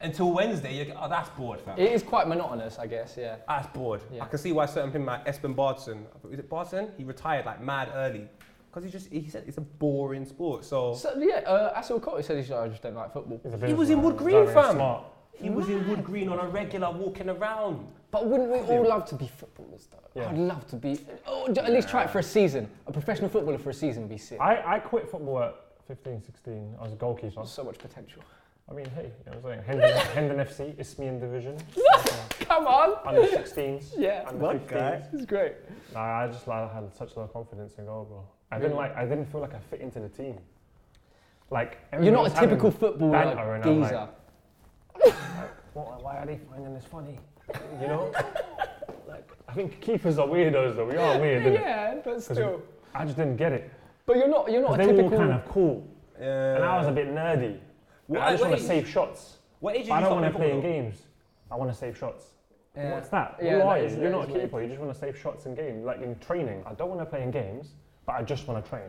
C: until Wednesday. You're oh that's bored, fam.
A: It is quite monotonous, I guess. Yeah.
C: That's bored.
A: Yeah.
C: I can see why certain people like Espen Bardson, is it Bardson? He retired like mad early because he just he said it's a boring sport. So
A: So yeah, uh, Asil Cotter said he's like, I just don't like football.
B: He's a
C: He was in
B: businessman,
C: Wood
B: he's
C: Green,
B: very
C: fam.
B: Smart.
C: he was in Wood Green on a regular walking around.
A: But wouldn't we all love to be footballers though?
B: Yeah.
A: I'd love to be. Oh, j- at least try it for a season. A professional footballer for a season would be sick.
B: I, I quit football at 15, 16. I was a goalkeeper.
A: So much potential. [laughs]
B: I mean, hey, you know what I'm saying? Hendon, Hendon FC, Isthmian Division.
A: Come on.
B: Under 16s.
A: [laughs] Yeah.
B: Under
D: What
B: 15s.
D: guy?
A: This is great.
B: Nah, I just like, I had such low confidence in goal, bro. I didn't
A: Really?
B: like. I didn't feel like I fit into the team. Like
A: You're
B: everyone
A: not
B: was
A: a typical
B: having-
A: footballer,
B: banter and I'm like-
A: geezer.
B: What, why are they finding this funny? You
A: [laughs]
B: know. like I think keepers are weirdos though. We are weird. innit?
A: yeah, but still.
B: I just didn't get it.
A: But you're not. You're
B: 'Cause
A: not a
B: They were all
A: typical.
B: kind of cool,
C: Yeah.
B: and I was a bit nerdy.
C: What-
B: I just
C: what
B: want to
C: age-
B: save shots.
C: What age did
B: I
C: you
B: don't
C: start
B: want to play in
C: football?
B: games. I want to save shots.
A: Yeah.
B: What's that?
A: Yeah,
B: Who
A: that
B: are you?
A: is-
B: You're
A: that
B: not a
A: is weird.
B: keeper. You just want to save shots in game, like in training. I don't want to play in games, but I just want to train.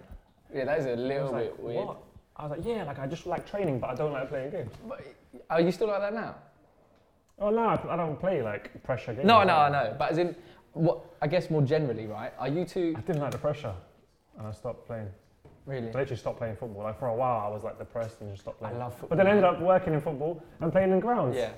A: Yeah, that is a
B: I
A: little
B: was
A: bit
B: like,
A: weird.
B: what? I was like, yeah, like I just like training, but I don't like playing games.
A: But are you still like that now?
B: Oh no, I I don't play like pressure games.
A: No, no, I know. But as in, what? I guess more generally, right? Are you two
B: I didn't like the pressure, and I stopped playing.
A: really?
B: I literally stopped playing football. Like for a while, I was like depressed and just stopped
A: I
B: playing.
A: love
B: but then I
A: football.
B: ended up working in football and playing in grounds.
A: Yeah.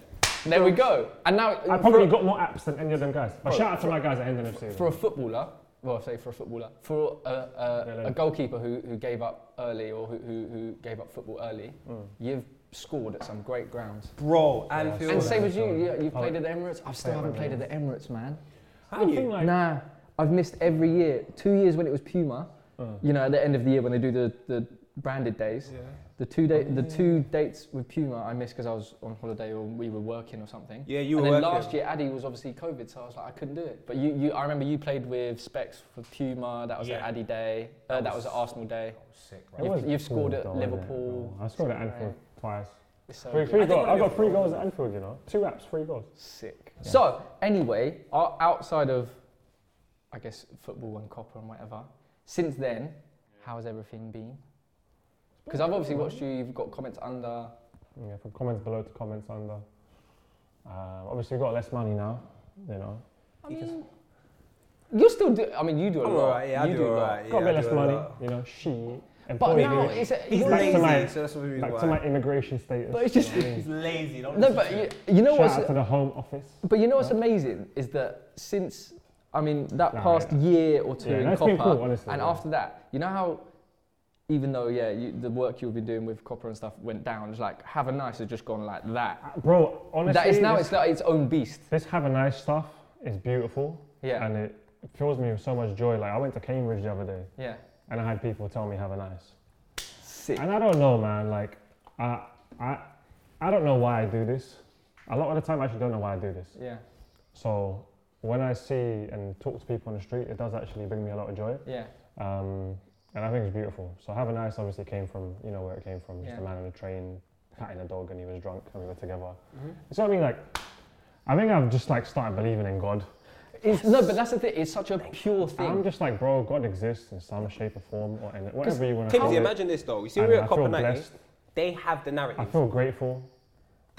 A: There we go. And now
B: I probably got more apps than any of them guys. But
A: Bro,
B: shout out to my guys at Hendon FC.
A: for a footballer, well, I say for a footballer, for a, a,
B: Yeah,
A: a goalkeeper who, who gave up early or who, who, who gave up football early, you've scored at some great grounds.
C: Bro,
B: Yeah,
C: Anfield.
A: And
B: Sure.
A: same as you,
B: Sure.
A: yeah, you've
B: Oh,
A: played at the Emirates. I still
B: yeah,
A: haven't
B: yeah.
A: played at the Emirates, man.
C: How are
B: I think,
C: you?
B: like,
A: nah, I've missed every year. Two years when it was Puma,
B: Mm.
A: you know, at the end of the year when they do the, the branded days.
C: Yeah.
A: The two day, the two dates with Puma I missed because I was on holiday or we were working or something.
C: Yeah,
A: and
C: you were
A: then
C: working.
A: last year, Addy was obviously COVID, so I was like, I couldn't do it. But you, you I remember you played with Specs for Puma. That was at
C: Yeah.
A: Addy Day. Uh, that was at Arsenal Day.
C: That was sick,
B: It
C: right?
A: You've-
B: was
A: you've scored
B: cool
A: at
B: though, innit?
A: Liverpool.
B: I scored at
A: Right.
B: Anfield twice.
A: It's so
B: Three,
A: good.
B: three
C: I think
B: goals.
C: one of
B: I've
C: your
B: got three
C: football-
B: goals at Anfield, you know. Two apps, three goals.
A: sick. So anyway, o- outside of, I guess football and copper and whatever. Since then, how has everything been? Because I've obviously watched you. You've got comments under.
B: Yeah, from comments below to comments under. Um, obviously, we've got less money now, you know.
A: I
C: You just-
A: mean, you're still. Do, I mean, you do a
C: I'm
A: lot.
C: alright, yeah, I
A: you a
C: do
A: lot.
C: alright.
B: got a
C: Yeah, I
B: bit less
C: do a
B: money,
C: lot.
B: you know. She.
A: But
B: employee
A: now
B: me.
A: it's.
C: He's
B: Back to
C: lazy,
B: my-
C: so that's what we
B: back to my immigration status.
A: But it's just-
B: you know what I mean?
C: He's lazy. Don't
A: No,
C: listen
A: but
C: to
A: you,
C: him.
A: you know
B: Shout
A: what's
B: out to the Home Office.
A: but you know what's
B: Right.
A: amazing is that since I mean that
B: Nah,
A: past
B: yeah.
A: year or two
B: Yeah,
A: in
B: that's
A: Copper,
B: been cool, honestly,
A: and
B: yeah.
A: after that, you know how even though yeah you, the work you've been doing with Copper and stuff went down, it's like Have a Nice has just gone like that.
B: Uh, Bro, honestly,
A: that is now
B: this,
A: it's like its own beast.
B: this have a nice stuff is beautiful,
A: Yeah,
B: and it fills me with so much joy. Like I went to Cambridge the other day,
A: yeah,
B: and I had people tell me have a nice.
A: sick.
B: And I don't know, man. Like, I, I, I don't know why I do this. A lot of the time, I actually don't know why I do this.
A: Yeah,
B: So when I see and talk to people on the street, it does actually bring me a lot of joy.
A: yeah,
B: Um, and I think it's beautiful. So have a nice. Obviously, came from you know where it came from. Just
A: Yeah.
B: a man on a train patting a dog, and he was drunk, and we were together.
A: Mm-hmm.
B: So I mean, like, I think I've just like started believing in God.
A: it's, no, but that's the thing. It's such a pure
B: I'm
A: thing.
B: just like, bro, God exists in some shape or form, or in whatever you want to call
C: Timsy,
B: it.
C: imagine this though. You see,
B: And
C: we're
B: I
C: at
B: feel
C: Copper 90.
B: blessed.
C: They have the
B: I
C: narrative.
B: feel grateful. I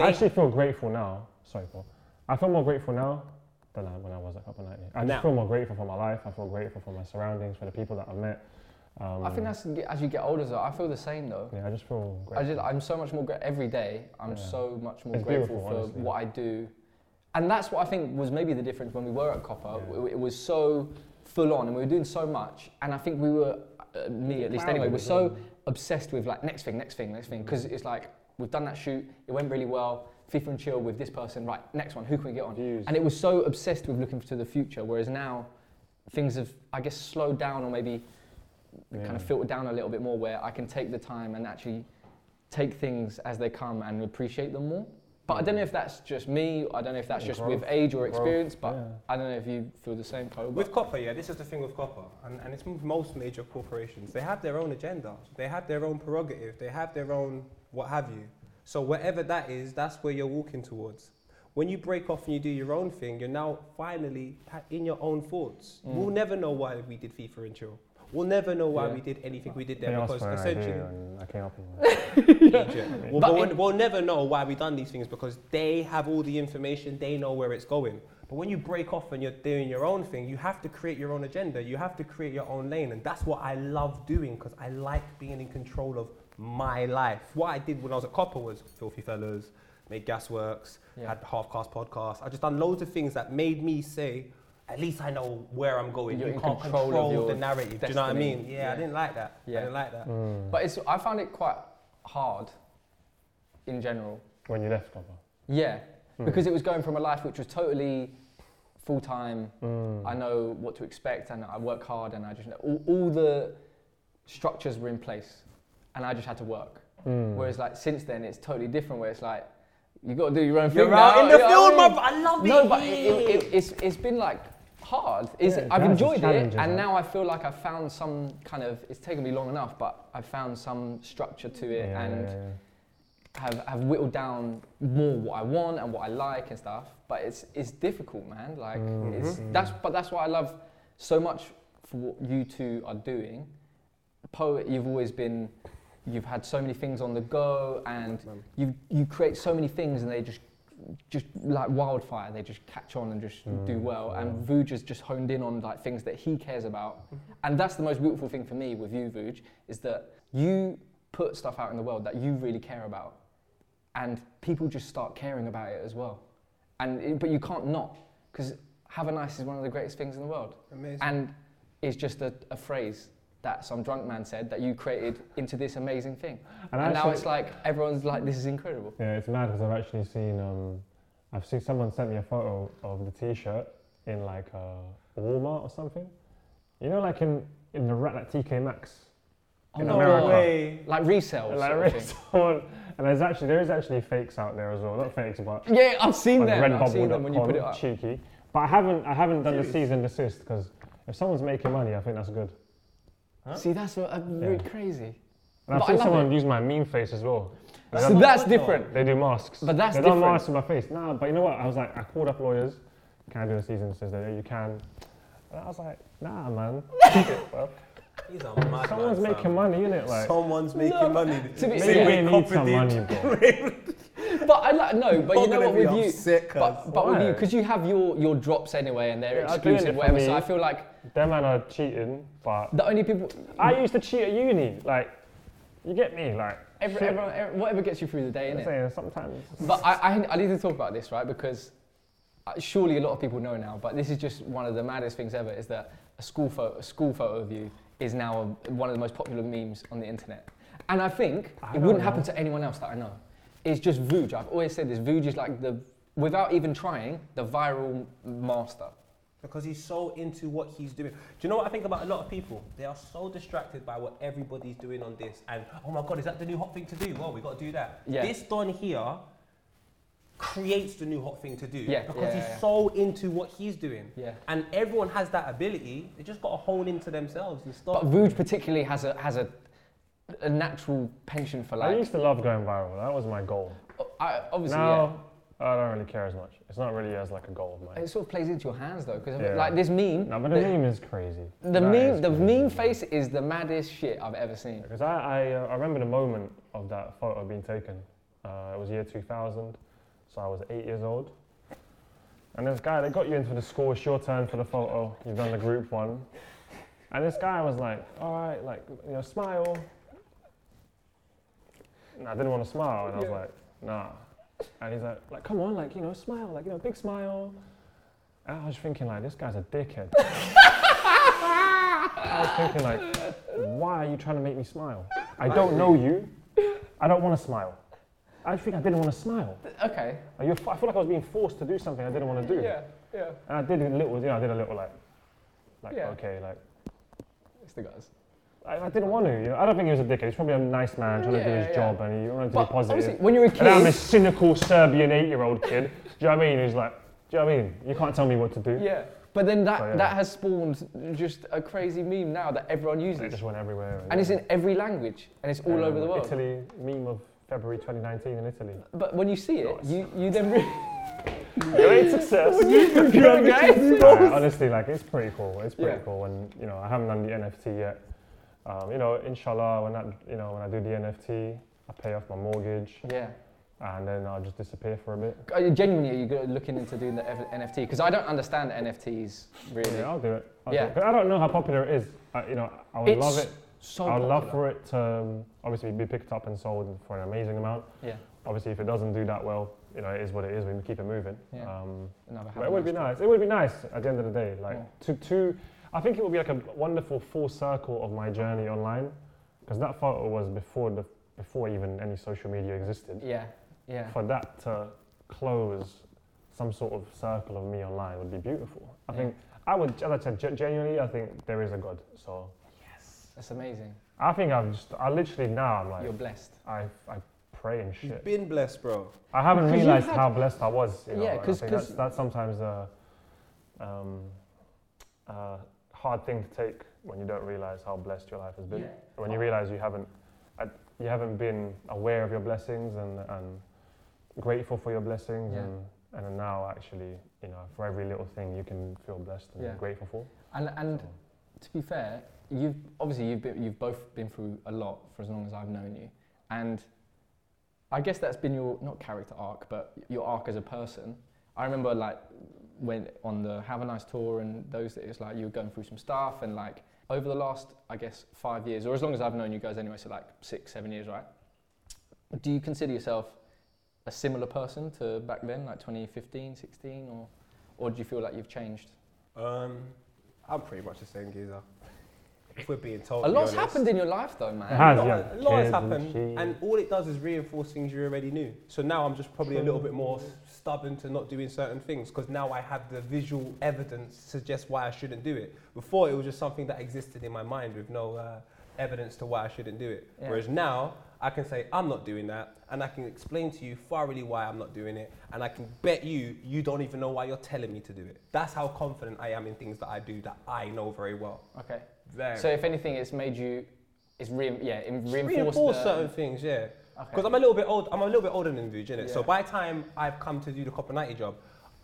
C: They-
B: actually feel grateful now. Sorry, Paul. I feel more grateful now than I, when I was at Copper 90. I just
C: Now.
B: feel more grateful for my life. I feel grateful for my surroundings, for the people that I've met. Um,
A: I think that's as you get older. Though, I feel the same though.
B: Yeah, I just feel
A: I
B: grateful.
A: just, I'm so much more gra- every day. I'm
B: Yeah.
A: so much more
B: It's
A: grateful
B: beautiful,
A: for
B: honestly.
A: what I do, and that's what I think was maybe the difference when we were at Copper.
B: Yeah.
A: W It, was so full on, and we were doing so much. And I think we were, uh, me at least
B: proud
A: anyway,
B: of
A: we're
B: it as well.
A: so obsessed with like next thing, next thing, next thing, because it's like we've done that shoot, it went really well. FIFA and chill with this person, right? Next one, who can we get on?
B: Views.
A: And it was so obsessed with looking to the future, whereas now things have, I guess, slowed down or maybe kind of
B: Yeah.
A: filtered down a little bit more where I can take the time and actually take things as they come and appreciate them more. But I don't know if that's just me, I don't know if that's
B: Yeah,
A: just
B: growth,
A: with age or
B: growth,
A: experience, but
B: yeah.
A: I don't know if you feel the same, Cole.
C: With copper, yeah, this is the thing with copper, and, and it's with most major corporations. They have their own agenda, they have their own prerogative, they have their own what have you. So whatever that is, that's where you're walking towards. When you break off and you do your own thing, you're now finally ha- in your own thoughts.
B: Mm.
C: We'll never know why we did FIFA and chill. We'll never know why
A: Yeah.
C: we did anything we did
B: They
C: there
B: asked
C: because
B: for an
C: essentially
B: idea and I came up
A: [laughs]
B: with it.
C: Egypt. We'll,
A: But
C: we'll,
A: in-
C: we'll never know why we've done these things because they have all the information, they know where it's going. But when you break off and you're doing your own thing, you have to create your own agenda, you have to create your own lane. And that's what I love doing because I like being in control of my life. What I did when I was at Copper was Filthy Fellas, made Gasworks,
A: Yeah.
C: had Half Cast Podcast. I just done loads of things that made me say, at least I know where I'm going.
A: You're
C: you
A: in
C: can't
A: control of
C: control,
A: your
C: the narrative. Do you know what I
A: destiny.
C: mean? Yeah,
A: Yeah.
C: I didn't like that.
A: Yeah.
C: I didn't like that.
B: Mm.
A: But it's, I found it quite hard in general.
B: When you left, Papa.
A: Yeah, because it was going from a life which was totally full time. I know what to expect, and I work hard, and I just all, all the structures were in place, and I just had to work. Whereas like since then, it's totally different. Where it's like you got to do your own thing.
C: You're out
A: now,
C: in the
A: you know
C: field,
A: what
C: my
A: I
C: bro.
A: mean?
C: I love it.
A: No, but it, it, it- it's it's been like hard. Is
B: Yeah,
A: I've
B: that's a
A: enjoyed it,
B: challenge, isn't
A: and
B: it?
A: now I feel like I've found some kind of. It's taken me long enough, but I've found some structure to it, and have, have whittled down more what I want and what I like and stuff. But it's it's difficult, man. Like it's that's but that's why I love so much for what you two are doing. Poet, you've always been, you've had so many things on the go, and you you create so many things, and they just just like wildfire, they just catch on and just do well. And Vuj has just honed in on like things that he cares about, and that's the most beautiful thing for me with you, Vuj, is that you put stuff out in the world that you really care about, and people just start caring about it as well. And it- but you can't not because have a nice is one of the greatest things in the world,
C: Amazing.
A: and it's just a, a phrase that some drunk man said that you created into this amazing thing. And, now
B: actually-
A: it's like everyone's like, this is incredible.
B: Yeah, it's mad because I've actually seen. Um, I've seen someone sent me a photo of the T-shirt in like uh, Walmart or something. You know, like in in the rat like TK Maxx. In
C: no
B: America.
C: way.
A: Like resale.
B: Like
A: Oh, sort of thing.
B: really [laughs] someone, and there's actually there is actually fakes out there as well. Not fakes, but
A: Yeah, I've seen
B: like
A: them. I've seen them when you put it
B: redbubble.com,
A: up.
B: cheeky. But I haven't I haven't done the
C: Serious?
B: cease and desist because if someone's making money, I think that's good.
A: See, that's what, I'm
B: Yeah.
A: really crazy.
B: And
A: But I
B: I've seen
A: love
B: someone use my mean face as well. They
A: So
B: done-
A: that's
C: good, though.
A: different.
B: They do masks.
A: But that's
B: they done
A: different.
B: masks in my face. Nah, but you know what? I was like, I called up lawyers. Can I do a season? Says they, you can. And I was like, Nah, man. Fuck it, bro.
C: He's a madman.
B: Someone's
C: fam.
B: making money, innit? Like,
C: Someone's making money.
A: to be-
B: maybe
A: Yeah.
B: we need some money, bro.
A: But I like no. But you
C: Not
A: know
C: gonna
A: what
C: be
A: with you,
C: upset,
A: but
C: cuz.
A: but with you,
B: Why?
A: because you have your your drops anyway, and they're
B: Yeah, I'm doing it
A: exclusive,
B: for
A: whatever. So
B: me.
A: I feel like
B: Them man are cheating, but
A: the only people,
B: I used to cheat at uni. Like, you get me? Like,
A: every,
B: shit,
A: everyone, every- whatever gets you through the day,
B: I'm
A: innit?
B: saying sometimes.
A: But I, I I need to talk about this right because uh, surely a lot of people know now. But this is just one of the maddest things ever. Is that a school photo, a school photo of you is now a, one of the most popular memes on the internet, and I think
B: I
A: it
B: don't
A: wouldn't happen
B: know.
A: to anyone else that I know. It's just Vuj. I've always said this. Vuj is like the without even trying the viral master.
C: Because he's so into what he's doing. Do you know what I think about a lot of people? They are so distracted by what everybody's doing on this. And oh my God, is that the new hot thing to do? Well, we got to do that.
A: Yeah.
C: This Don here creates the new hot thing to do
A: Yeah,
C: because
A: yeah,
C: he's
A: yeah.
C: so into what he's doing.
A: Yeah.
C: And everyone has that ability. They just got to hone into themselves and start.
A: But Vuj particularly has a has a, a natural penchant for
B: I
A: like
B: used to love going viral. That was my goal.
A: I, obviously yeah.
B: Now, I don't really care as much. It's not really as like a goal of mine.
A: It sort of plays into your hands though, because
B: Yeah.
A: like this meme.
B: No, but the, meme is crazy.
A: The meme, the meme face is the maddest shit I've ever seen.
B: Because I, I, uh, I remember the moment of that photo being taken. Uh, it was year 2000, so I was eight years old. And this guy, they got you into the school. It's your turn for the photo. You've done the group one. And this guy was like, "All right, like you know, smile." And I didn't want to smile, and I was like, "Nah." And he's like, "Like come on, like you know, smile, like you know, big smile." And I was thinking like, this guy's a dickhead. [laughs] I was thinking like, why are you trying to make me smile? I don't know you. I don't want to smile. I think I didn't want to smile.
A: Okay.
B: Are you- I feel like I was being forced to do something I didn't want to do.
A: yeah.
B: And I did a little, you know, I did a little like, like
A: Yeah.
B: okay, like
A: It's the guys.
B: I, I didn't want to. You know, I don't think he was a dickhead. He's probably a nice man trying to do
A: Yeah,
B: his
A: yeah.
B: job, and he wanted to
A: But
B: be positive.
A: obviously, when you're a
B: And I'm a
A: kid,
B: cynical Serbian eight-year-old kid. Do you know what I mean? Who's like, do you know what I mean? You can't tell me what to do.
A: yeah. But then that,
B: Oh, yeah.
A: that has spawned just a crazy meme now that everyone
B: It
A: uses,
B: just went everywhere.
A: and it's in every language, and it's all
B: Um,
A: over the world.
B: Italy meme of February 2019 in Italy.
A: But when you see it,
B: Nice.
A: you, you then re-
B: [laughs] Great success.
A: guys.
B: Nah, honestly, like it's pretty cool. It's pretty
A: Yeah.
B: cool, and you know I haven't done the NFT yet. Um, you know, inshallah, when I you know when I do the NFT, I pay off my mortgage,
A: Yeah.
B: and then I'll just disappear for a bit.
A: Are you genuinely, are you go- looking into doing the F- NFT? Because I don't understand NFTs really.
B: Yeah, I'll do it. I'll
A: Yeah.
B: Do it. 'Cause I don't know how popular it is. I, you know, I would love
A: It's
B: it.
A: So
B: I would love
A: popular.
B: for it to um, obviously be picked up and sold for an amazing amount.
A: Yeah.
B: Obviously, if it doesn't do that well, you know, it is what it is. We keep it moving.
A: Yeah.
B: Um,
A: Another
B: but it would be nice. It would be nice at the end of the day. Like to to, I think it would be like a wonderful full circle of my journey online, because that photo was before the before even any social media existed.
A: Yeah, yeah.
B: For that to close some sort of circle of me online would be beautiful. I
A: Yeah.
B: think I would. As I said, gen- genuinely, I think there is a God. So
A: That's amazing.
B: I think I've just. I literally now I'm like
A: You're blessed.
B: I I pray and shit.
D: Been blessed, bro.
B: I haven't
A: Because you've
B: realized
A: had-
B: how blessed I was. You know,
A: Yeah,
B: and I
A: 'cause-
B: think
A: 'cause-
B: that's, that's sometimes a um, uh, hard thing to take when you don't realize how blessed your life has been.
A: Yeah.
B: When you realize you haven't uh, you haven't been aware of your blessings and, and grateful for your blessings
A: Yeah.
B: and and then now actually you know for every little thing you can feel blessed and
A: Yeah.
B: grateful for.
A: And and to be fair, you've obviously you've been, you've both been through a lot for as long as I've known you, and I guess that's been your not character arc, but your arc as a person. I remember like when on the Have a Nice tour and those that it's like you were going through some stuff and like over the last I guess five years or as long as I've known you guys anyway, so like six seven years, right? Do you consider yourself a similar person to back then, like 2015, 16, or or do you feel like you've changed?
C: Um, I'm pretty much the same geezer. If we're being told,
A: A
C: to be
A: lot's
C: honest.
A: happened in your life though, man.
B: It has,
C: A lot-
B: yeah.
C: a lot has
B: Kids and
C: happened,
B: shit.
C: and all it does is reinforce things you already knew. So now I'm just probably a little bit more stubborn to not doing certain things because now I have the visual evidence to suggest why I shouldn't do it. Before it was just something that existed in my mind with no uh, evidence to why I shouldn't do it.
A: Yeah.
C: Whereas now I can say I'm not doing that, and I can explain to you thoroughly why I'm not doing it, and I can bet you you don't even know why you're telling me to do it. That's how confident I am in things that I do that I know very well.
A: Okay.
C: Very.
A: So if anything, it's made you, it's re- yeah, it
C: Just
A: reinforced.
C: reinforce
A: the-
C: certain things, yeah.
A: Okay.
C: Because I'm a little bit old. I'm a little bit older than Vuj, innit? So
A: Yeah.
C: by the time I've come to do the Copper 90 job,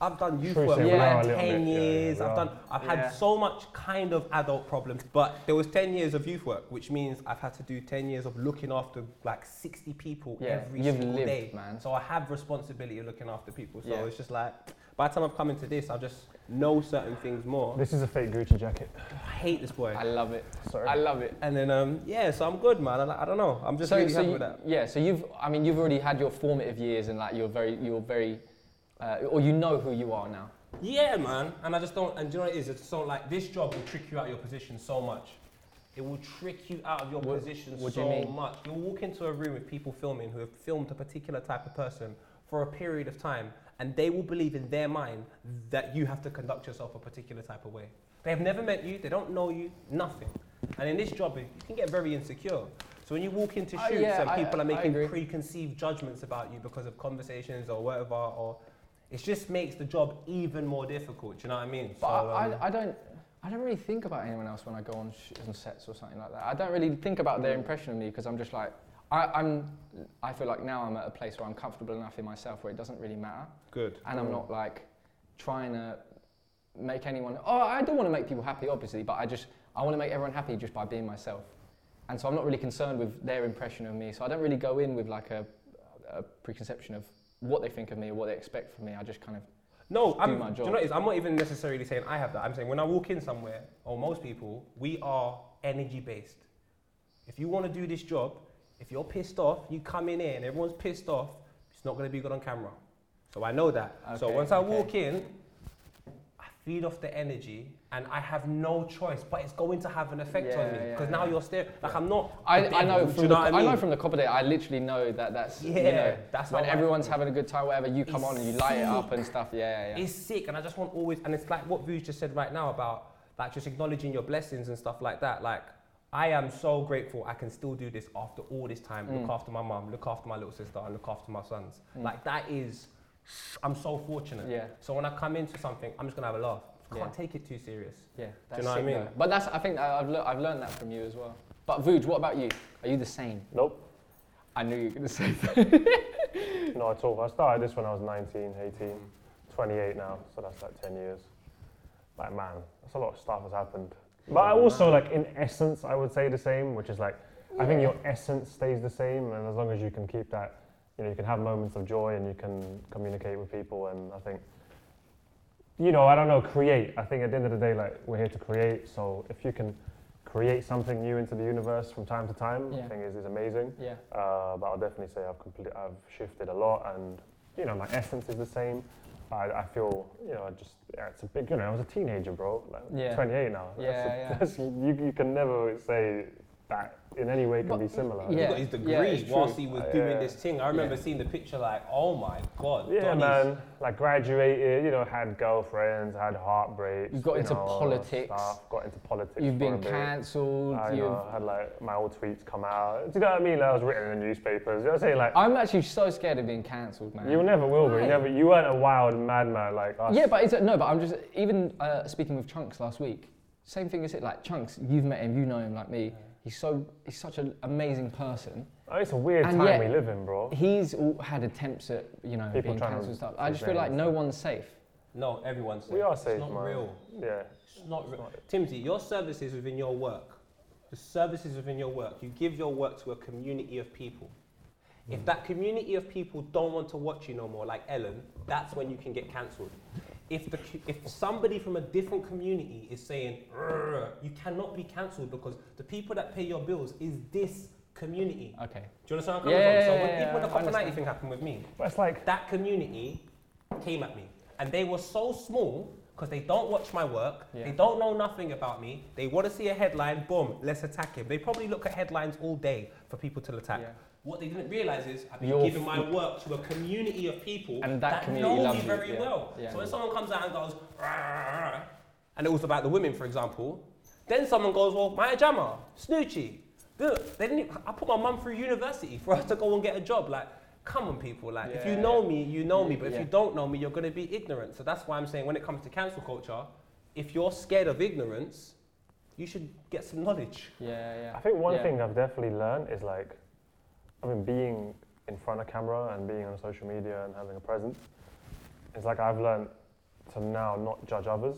C: I've done youth
B: True,
C: work
B: so
C: for
A: we are
B: a
C: like
B: little
C: 10
B: bit, yeah, yeah,
C: years.
B: we
C: I've
B: are.
C: done. I've
A: Yeah.
C: had so much kind of adult problems, but there was 10 years of youth work, which means I've had to do 10 years of looking after like 60 people
A: Yeah,
C: every
A: you've
C: single
A: lived,
C: day.
A: man.
C: So I have responsibility of looking after people. So
A: Yeah.
C: it's just like by the time I've come into this, I just know certain things more.
B: This is a fake Gucci jacket. [laughs]
C: I hate this boy.
A: I love it.
B: Sorry.
A: I love it.
C: And then um, yeah, so I'm good, man. I, I don't know. I'm just
A: so,
C: really
A: so
C: happy
A: you-
C: with that.
A: yeah, so you've, I mean, you've already had your formative years and like you're very, you're very, uh, or you know who you are now.
C: Yeah, man. And I just don't. And do you know what it is? I just don't like this job will trick you out of your position so much. It will trick you out of your
A: What-
C: position
A: what do
C: so
A: you mean?
C: much. You'll walk into a room with people filming who have filmed a particular type of person for a period of time, and they will believe in their mind that you have to conduct yourself a particular type of way. They have never met you. They don't know you. Nothing. And in this job, you can get very insecure. So when you walk into
A: Uh,
C: shoots
A: yeah,
C: and
A: I-
C: people
A: I
C: are making
A: agree.
C: preconceived judgments about you because of conversations or whatever, or it just makes the job even more difficult. Do you know what I mean?
A: But
C: So,
A: I,
C: um,
A: I, I don't, I don't really think about anyone else when I go on, sh- on sets or something like that. I don't really think about their impression of me because I'm just like, I, I'm, I feel like now I'm at a place where I'm comfortable enough in myself where it doesn't really matter.
C: good.
A: and I'm not like trying to make anyone. Oh, I do want to make people happy, obviously, but I just I want to make everyone happy just by being myself, and so I'm not really concerned with their impression of me. So I don't really go in with like a, a preconception of what they think of me or what they expect from me. I just kind of
C: No,
A: do
C: I'm,
A: my
C: do you
A: job.
C: know what it is? I'm not even necessarily saying I have that. I'm saying when I walk in somewhere, or most people, we are energy based. If you want to do this job, if you're pissed off, you come in here and everyone's pissed off, it's not going to be good on camera. So I know that. so
A: Okay,
C: once I
A: okay.
C: walk in, I feed off the energy and I have no choice, but it's going to have an effect on me
A: Yeah, yeah,
C: because now
A: yeah.
C: you're staring. Like I'm not.
A: I,
C: the
A: I know
C: devil, do
A: from
C: you
A: the,
C: what
A: I,
C: mean?
A: know from the copper day. I literally know that that's you
C: Yeah,
A: know,
C: that's
A: when
C: how I
A: everyone's
C: feel.
A: having a good time, whatever. You come on and you light it up and stuff. Yeah, yeah. yeah.
C: It's sick, and I just want always, and it's like what Vuj just said right now about like just acknowledging your blessings and stuff like that. Like, I am so grateful I can still do this after all this time. Look
A: Mm.
C: after my mum, look after my little sister, and look after my sons. Like that is, I'm so fortunate.
A: Yeah.
C: So when I come into something, I'm just gonna have a laugh. Can't
A: Yeah.
C: take it too serious.
A: Yeah, that's
C: know what I
A: sick
C: mean?
A: though. But that's I think I- I've lear- I've learned that from you as well. But Vuj, what about you? Are you the same?
B: Nope.
A: I knew you were gonna say that.
B: Not at all. I started this when I was 19, 18, 28 now, so that's like 10 years. Like, man, that's a lot of stuff has happened. But I also, like, in essence, I would say the same, which is like, I think your essence stays the same, and as long as you can keep that, you know, you can have moments of joy and you can communicate with people, and I think, you know, I don't know, create. I think at the end of the day, like, we're here to create, so if you can create something new into the universe from time to time,
A: Yeah.
B: I think is, is amazing.
A: Yeah.
B: Uh, but I'll definitely say I've complete, I've shifted a lot, and you know, my essence is the same. I, I feel, you know, I just, yeah, it's a big, you know, I was a teenager, bro. Like,
A: Yeah.
B: 28 now. That's
A: Yeah,
B: a-
A: yeah.
B: that's- you, you can never say that in any way can
A: But-
B: be similar.
A: yeah.
C: He got his degree
A: it's true.
C: whilst he was
B: Uh,
C: doing
B: yeah.
C: this thing. I remember seeing the picture like, oh my god.
B: Yeah,
C: Donny's-
B: man. Like graduated, you know, had girlfriends, had heartbreaks.
A: You got into
B: know, all that
A: politics.
B: Stuff, got into politics.
A: You've
B: for a
A: been
B: bit.
A: cancelled.
B: I
A: You've...
B: know, I had like my old tweets come out. Do you know what I mean? Like, I was written in the newspapers. You know what I'm saying? Like,
A: I'm actually so scared of being cancelled, man.
B: you never will, be.
A: Why?
B: You never. You weren't a wild madman like us.
A: Yeah, but it's, no, but I'm just even uh, speaking with Chunks last week. Same thing as it like Chunks. You've met him, you know him like me. He's so he's such an amazing person.
B: Oh, it's a weird
A: And
B: time
A: yet-
B: we live
A: [laughs]
B: in, bro.
A: He's all had attempts at you know
B: People
A: being
B: trying to
A: cancelled and stuff. I just feel like
B: prevent
A: no one's safe.
C: No, everyone's safe.
B: We are safe,
C: It's not
B: man.
C: real.
B: Yeah.
C: It's not real. Timsy, your services within your work, the services within your work, you give your work to a community of people.
A: Mm.
C: If that community of people don't want to watch you no more, like Ellen, that's when you can get cancelled. If, the, cu- if somebody from a different community is saying, "Rrr," you cannot be cancelled because the people that pay your bills is this community.
A: Okay.
C: Do you understand where I'm coming
A: Yeah,
C: from?
A: yeah,
C: so when
A: yeah,
C: even when
A: yeah,
C: the
A: I
C: Copper
A: understand.
C: 90 thing happened with me,
B: But it's like,
C: that community came at me. And they were so small because they don't watch my work,
A: Yeah.
C: they don't know nothing about me, they want to see a headline, boom, let's attack him. They probably look at headlines all day for people to attack.
A: Yeah.
C: What they didn't realise is I've been
A: You're
C: giving my work to a community of people
A: And that community
C: know
A: loves
C: me
A: you,
C: very
A: yeah,
C: well.
A: yeah.
C: So when someone comes out and goes, "Rah, rah, rah," and it was about the women, for example, then someone goes, well, Maya Jama, Snoochie, look, they didn't, even- I put my mum through university for her to go and get a job. Like, come on, people, like, if you
A: Yeah.
C: know know me, you know me, but if
A: Yeah.
C: you don't know me, you're going to be ignorant. So that's why I'm saying when it comes to cancel culture, if you're scared of ignorance, you should get some knowledge.
A: Yeah, yeah.
B: I think one
A: yeah.
B: thing I've definitely learned is like, I mean, being in front of camera and being on social media and having a presence, it's like I've learned to now not judge others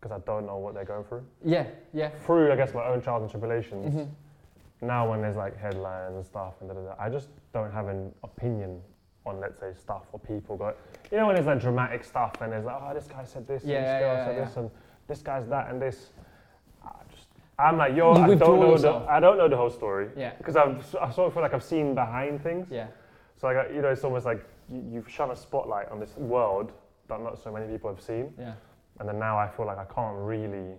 B: because I don't know what they're going through.
A: Yeah, yeah.
B: Through, I guess, my own trials and tribulations.
A: Mhm.
B: Now, when there's like headlines and stuff and da da da, I just don't have an opinion on, let's say, stuff or people. Go, you know, when there's like dramatic stuff and there's like, oh, this guy said this,
A: Yeah,
B: and this
A: yeah,
B: girl
A: yeah,
B: said
A: yeah.
B: this, and this guy's that, and this. I just, I'm like, yo,
A: You
B: I
A: withdraw
B: don't know
A: yourself.
B: the, I don't know the whole story.
A: Yeah.
B: Because I've, s- I sort of feel like I've seen behind things.
A: Yeah.
B: So like, I- you know, it's almost like you, you've shone a spotlight on this world that not so many people have seen
A: Yeah.
B: and then now I feel like I can't really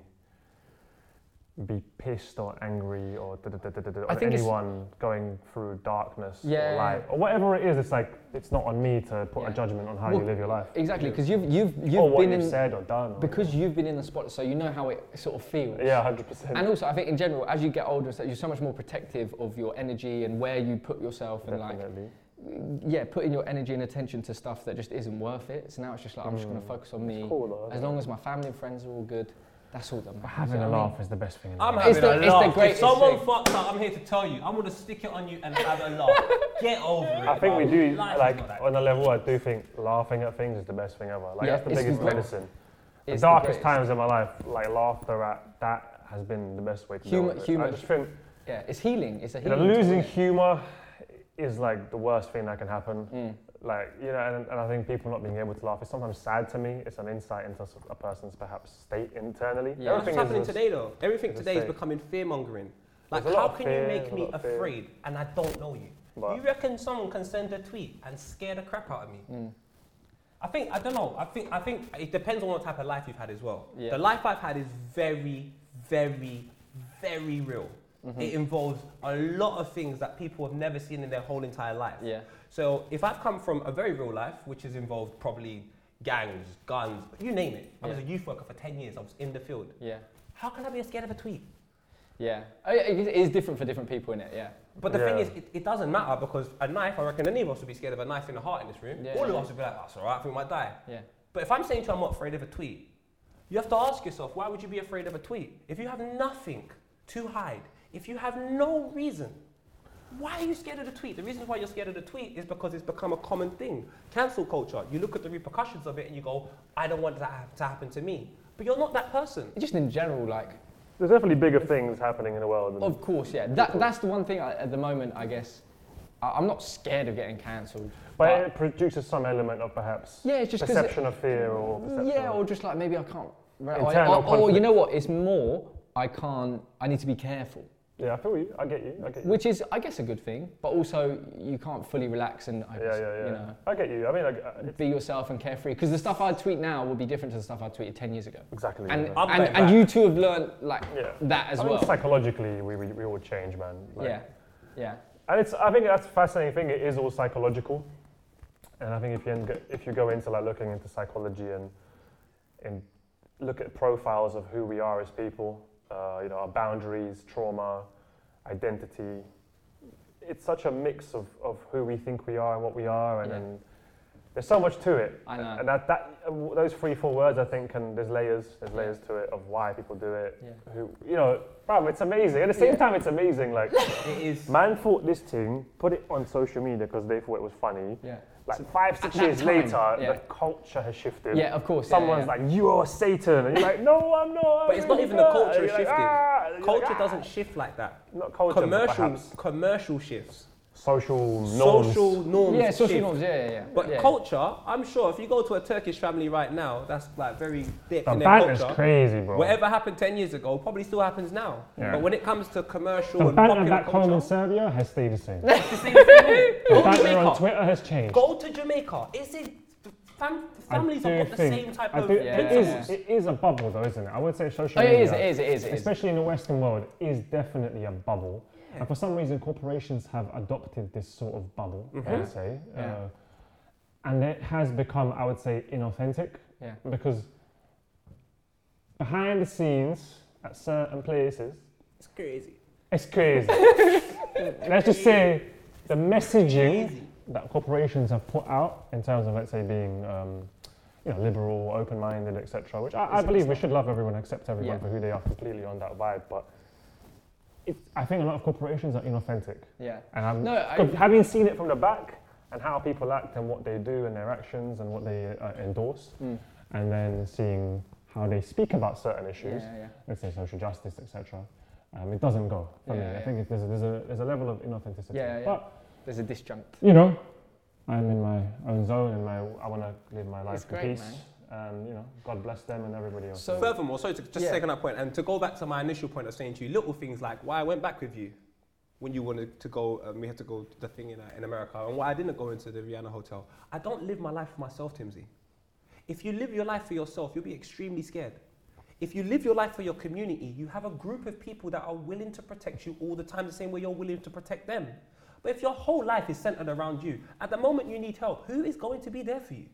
B: be pissed or angry or da- da- da- da- da- da-
A: I
B: on
A: think it's-
B: anyone going through darkness
A: Yeah.
B: or light or whatever it is. It's like it's not on me to put
A: Yeah.
B: a judgment on how
A: Well,
B: you live your life
A: Exactly, because you've you've you've
B: or what
A: been
B: you've
A: in
B: said or done. or-
A: because you've been in the spot, so you know how it sort of feels.
B: yeah, hundred percent.
A: And also, I think in general, as you get older, so you're so much more protective of your energy and where you put yourself, and like
B: [laughs] Definitely.
A: yeah, putting your energy and attention to stuff that just isn't worth it. So now it's just like I'm just going to focus on me.
B: Mm. cool though,
A: as
B: isn't
A: long as my family and friends are all good, that's all that matters.
B: Having
A: you know
B: a
A: what I mean?
B: laugh is the best thing. In
C: I'm
B: life.
A: It's
C: having
A: the-
C: a
A: it's the
C: laugh.
A: greatest
C: if someone
A: thing.
C: fucks up, I'm here to tell you. I'm going to stick it on you and have a [laughs] laugh. Get over it.
B: I think we
C: bro.
B: do
C: Life is
B: like
C: not that-
B: on a level. I do think laughing at things is the best thing ever. Like
A: Yeah,
B: that's the
A: it's the
B: biggest
A: great-
B: medicine.
A: It's
B: the darkest
A: greatest.
B: times in my life, like laughter at that has been the best way to deal
A: Humor-
B: with it.
A: humor.
B: I just think
A: Yeah, it's healing. It's a
B: You
A: healing.
B: know, losing
A: tool.
B: humour is like the worst thing that can happen.
A: Mm,
B: Like, you know, and, and I think people not being able to laugh is sometimes sad to me. It's an insight into s- a person's perhaps state internally.
A: Yeah.
C: That's what's happening
B: is-
C: today, though. Everything
B: it's a
C: today is
B: state.
C: becoming fear mongering. Like,
B: There's a
C: how
B: lot of
C: can
B: fear,
C: you make
B: there's a
C: me
B: lot of fear.
C: afraid and I don't know you?
B: But-
C: you reckon someone can send a tweet and scare the crap out of me?
A: mm,
C: I think I don't know. I think I think it depends on what type of life you've had as well.
A: Yeah.
C: The life I've had is very, very, very real.
B: Mm-hmm.
A: mm-hmm.
C: It involves a lot of things that people have never seen in their whole entire life.
A: Yeah.
C: So if I've come from a very real life, which has involved probably gangs, guns, you name it. I was
A: Yeah.
C: a youth worker for 10 years. I was in the field.
A: Yeah,
C: How can I be scared of a tweet?
A: yeah. Oh, yeah, It it is different for different people, in it. Yeah.
C: But the thing
B: Yeah.
C: is, it, it doesn't matter because a knife, I reckon any of us would be scared of a knife in the heart in this room.
A: Yeah,
C: All of
A: yeah.
C: us would be like, that's all right, I think we might die.
A: Yeah.
C: But if I'm saying to you, I'm not afraid of a tweet, you have to ask yourself, why would you be afraid of a tweet? If you have nothing to hide, if you have no reason, why are you scared of the tweet? The reason why you're scared of the tweet is because it's become a common thing. Cancel culture. You look at the repercussions of it and you go, I don't want that hap- to happen to me. But you're not that person.
A: Just in general, like
B: There's definitely bigger things happening in the world. Than,
A: Of course, yeah. That, that's the one thing I, at the moment, I guess. I, I'm not scared of getting cancelled.
B: but it produces some element of perhaps
A: Yeah, it's just 'cause it- Mm,
B: perception of fear or perception
A: yeah,
B: of-
A: or just like maybe I can't. Re- or,
B: Internal
A: or- or you know what? It's more I can't. I need to be careful.
B: Yeah, I feel you. I get you. I get you.
A: which is, I guess, a good thing. But also, you can't fully relax and, I
B: yeah,
A: guess,
B: yeah, yeah.
A: you know,
B: I get you. I mean, I, I, it's
A: be yourself and carefree. Because the stuff I tweet now will be different to the stuff I tweeted ten years ago.
B: exactly.
A: And
B: yeah.
C: I'm
A: and,
C: going
A: and
C: back.
A: you two have learned like
B: Yeah.
A: that as
B: I mean,
A: well.
B: psychologically, we, we, we all change, man. Like,
A: yeah, yeah.
B: And it's, I think that's a fascinating thing. It is all psychological, and I think if you end, if you go into like looking into psychology and and look at profiles of who we are as people, uh, you know, our boundaries, trauma, identity. It's such a mix of, of who we think we are and what we are, and,
A: Yeah.
B: and there's so much to it.
A: I know.
B: And that, that those three four words, I think, can there's layers there's layers to it of why people do it.
A: Yeah.
B: Who you know, bro, it's amazing. At the same
A: Yeah.
B: time, it's amazing. Like.
C: It
B: [laughs]
C: is.
B: Man thought this thing, put it on social media because they thought it was funny.
A: Yeah.
B: Like five, six
A: at that
B: years
A: time,
B: later,
A: yeah.
B: the culture has shifted.
A: Yeah, of course. yeah,
B: Someone's
A: yeah,
B: like, "You are Satan," and you're like, "No, I'm not." I'm
C: But it's not
B: really
C: even the culture
B: And you're
C: shifted.
B: "Ah," and you're like,
C: Culture
B: "Ah."
C: doesn't shift like that.
B: Not culture, but
C: Commercial,
B: perhaps
C: commercial shifts,
B: social norms.
C: social norms.
A: yeah. yeah, social
C: shift.
A: norms. Yeah, yeah, yeah.
C: But
A: yeah.
C: culture, I'm sure if you go to a Turkish family right now, that's like very deep
B: The
C: in their
B: ban is
C: culture.
B: crazy, bro.
C: Whatever happened 10 years ago probably still happens now.
B: Yeah.
C: But when it comes to commercial
B: The
C: and
B: banter
C: popular
B: back home in
C: culture,
B: Serbia has stayed the same.
C: [laughs] it's the same thing, innit?
B: The
C: Go to
B: banter on
C: Jamaica.
B: Twitter has changed.
C: Go to Jamaica. It's in, the fam, the
B: I
C: families
B: do
C: have got the
B: think-
C: same type
B: I
C: of.
B: do-
A: Yeah.
B: It is. It is a bubble, though, isn't it? I would say social
A: Oh,
B: media.
A: it is. It is. It is. It is.
B: especially in the Western world, is definitely a bubble. And for some reason, corporations have adopted this sort of bubble, I would say.
A: Mm-hmm. Yeah.
B: Uh, and it has become, I would say, inauthentic
A: Yeah.
B: because behind the scenes at certain places,
C: It's crazy.
A: [laughs]
B: it's crazy. Let's just say the messaging that corporations have put out in terms of, let's say, being um, you know, liberal, open-minded, etc., which I, I believe we should love everyone, accept everyone
A: Yeah.
B: for who they are, completely on that vibe. But it, I think a lot of corporations are inauthentic,
A: Yeah.
B: and I'm,
A: No, I-
B: co- having seen it from the back and how people act and what they do and their actions and what they uh, endorse,
A: Mm.
B: and then seeing how they speak about certain
A: Yeah,
B: issues
A: yeah,
B: let's say social justice, etc. Um, it doesn't go for me.
A: Yeah,
B: I
A: yeah.
B: think it, there's, a, there's, a, there's a level of inauthenticity.
A: Yeah, yeah.
B: But
A: There's a disjunct.
B: you know, I'm in my own zone, and my I want to live my life
A: It's
B: in
A: great,
B: peace. And you know, God bless them and everybody else.
A: So-
C: Furthermore, sorry to just
A: Yeah.
C: second that point, and to go back to my initial point of saying to you, little things like why I went back with you when you wanted to go, um, we had to go to the thing in, uh, in America, and why I didn't go into the Rihanna Hotel. I don't live my life for myself, Timsy. If you live your life for yourself, you'll be extremely scared. If you live your life for your community, you have a group of people that are willing to protect you all the time, the same way you're willing to protect them. But if your whole life is centered around you, at the moment you need help, who is going to be there for you?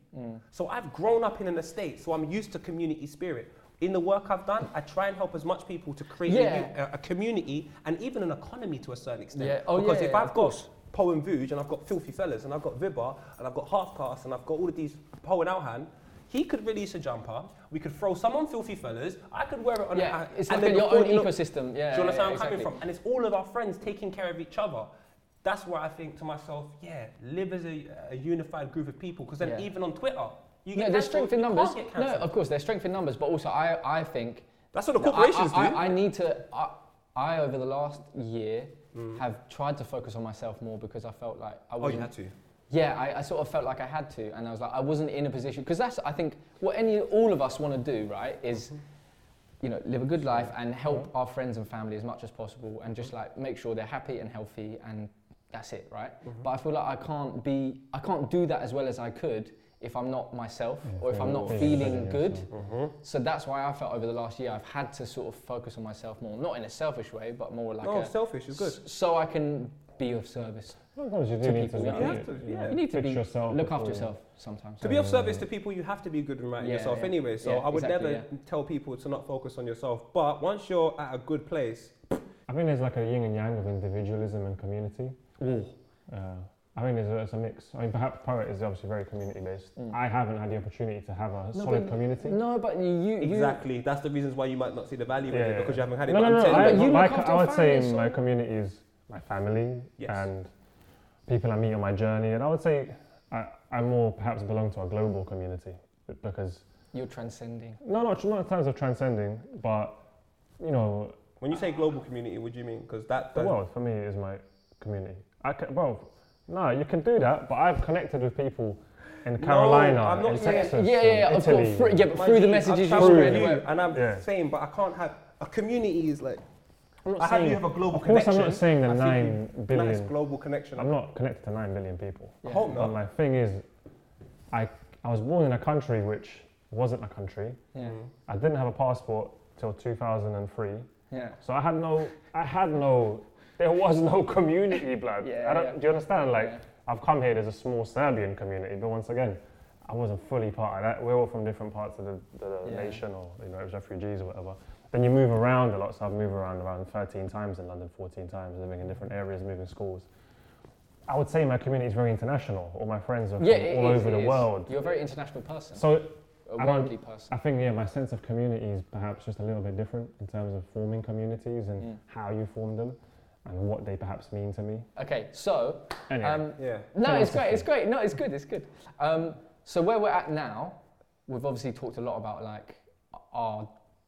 C: So I've grown up in an estate, so I'm used to community spirit. In the work I've done, I try and help as much people to create a,
A: Yeah.
C: u- a- a community and even an economy to a certain extent.
A: Yeah. Oh,
C: because
A: yeah,
C: if
A: yeah,
C: I've
A: of
C: got Poe and Vuj and I've got Filthy Fellas and I've got Vibba and I've got Half Cast and I've got all of these Poe and Alhan, he could release a jumper. We could throw some on Filthy Fellas. I could wear it on.
A: Yeah,
C: a,
A: Oh, uh, it's like
C: and then
A: a- your
C: before
A: own
C: you know-
A: ecosystem. Yeah.
C: do you
A: yeah,
C: understand where I'm
A: exactly.
C: coming from? And it's all of our friends taking care of each other. That's where I think to myself, yeah, live as a, a unified group of people. Because then
A: Yeah.
C: even on Twitter, you
A: No,
C: get
A: there's
C: cancelled.
A: strength in
C: You can't
A: numbers.
C: get
A: No,
C: cancelled.
A: of course, there's strength in numbers, but also I, I think
C: That's what the
A: No, I-
C: corporations
A: I,
C: do.
A: I, I need to. I, I over the last year have tried to focus on myself more because I felt like I
C: Mm. oh, you
A: wasn't.
C: had to.
A: yeah, I, I sort of felt like I had to, and I was like I wasn't in a position because that's I think what any all of us want to do, right? Is
C: Mm-hmm.
A: you know live a good life and help our friends and family as much as possible, and just like make sure they're happy and healthy, and that's it, right? But I feel like I can't be I can't do that as well as I could if I'm not myself or if I'm
B: feeling-
A: not
B: feeling
A: feeling
B: better,
A: good.
B: yeah,
C: Mm-hmm.
A: So that's why I felt over the last year I've had to sort of focus on myself more, not in a selfish way, but more like
C: no,
A: a,
C: selfish is good.
A: s- so I can be of service.
B: Sometimes you do
A: To
B: need
A: people,
B: to,
A: yeah.
B: look
A: You
B: at
C: have
B: it,
C: to,
B: you know,
C: yeah.
A: You need to
B: fix
A: be,
B: yourself
A: look after
B: before you-
A: yourself sometimes.
C: To be of service to people, you have to be good and right in
A: Yeah,
C: yourself
A: yeah.
C: anyway. So
A: Yeah,
C: I would
A: exactly,
C: never tell people to not focus on yourself. But once you're at a good place,
B: I think there's like a yin and yang of individualism and community. Uh, I think there's a, it's a mix. I mean, perhaps poet is obviously very community based. I haven't had the opportunity to have a solid
A: but-
B: community.
A: Mm. No, but you, you, you
C: exactly. That's the reasons why you might not see the value in it because you haven't had it.
B: No,
C: But
B: no,
C: I'm
B: no.
C: telling
B: I,
C: you,
A: you
B: my
A: look
B: co-
A: after
B: I would
A: your
B: say
A: family,
B: my
A: so-
B: community is my family
C: Yes.
B: and people I meet on my journey. And I would say I, I more perhaps belong to a global community b- because
A: you're transcending.
B: no, not not in terms of transcending, but you know,
C: when you say global community, what do you mean? Because that
B: the
C: does-
B: world for me is my community. I can, well, no, you can do that, but I've connected with people in Carolina,
C: I'm not
B: in
C: saying-
B: Texas,
A: yeah, yeah, yeah.
B: in
A: Of
B: Italy.
A: course, through, yeah, but
C: My
A: through the
C: G, I've
A: messages you
C: travelled
A: spread.
C: with you,
A: where-
C: and I'm
B: Yeah.
C: saying, but I can't have a community is like
B: I'm not
C: I have
B: saying.
C: you have a global
B: of course,
C: connection.
B: I'm not saying the
C: I think
B: nine
C: you- Nice
B: billion.
C: global connection.
B: I'm not connected to nine billion people.
C: I hope
B: But
C: not.
B: my thing is, I I was born in a country which wasn't a country.
A: Yeah.
B: I didn't have a passport till 2003.
A: Yeah.
B: So I had no, I had no, there was no [laughs] community, blood.
A: Yeah,
B: I don't,
A: yeah.
B: Do you understand? Like,
A: Yeah.
B: I've come here, there's a small Serbian community, but once again, I wasn't fully part of that. We're all from different parts of the, the
A: Yeah.
B: nation or, you know, it was refugees or whatever. Then you move around a lot, so I've moved around around 13 times in London, 14 times, living in different areas, moving schools. I would say my community is very international. All my friends are from
A: Yeah, it
B: all
A: is,
B: over
A: it
B: the
A: is.
B: world.
A: You're a very international person.
B: So
A: a
B: I don't-
A: worldly person.
B: I think yeah, my sense of community is perhaps just a little bit different in terms of forming communities and
A: Mm.
B: how you form them and what they perhaps mean to me.
A: Okay, so
B: Anyway,
A: um,
C: Yeah.
A: no,
B: Someone
A: it's great.
B: said
A: It's great. No, it's good. It's good. Um, so where we're at now, we've obviously talked a lot about like our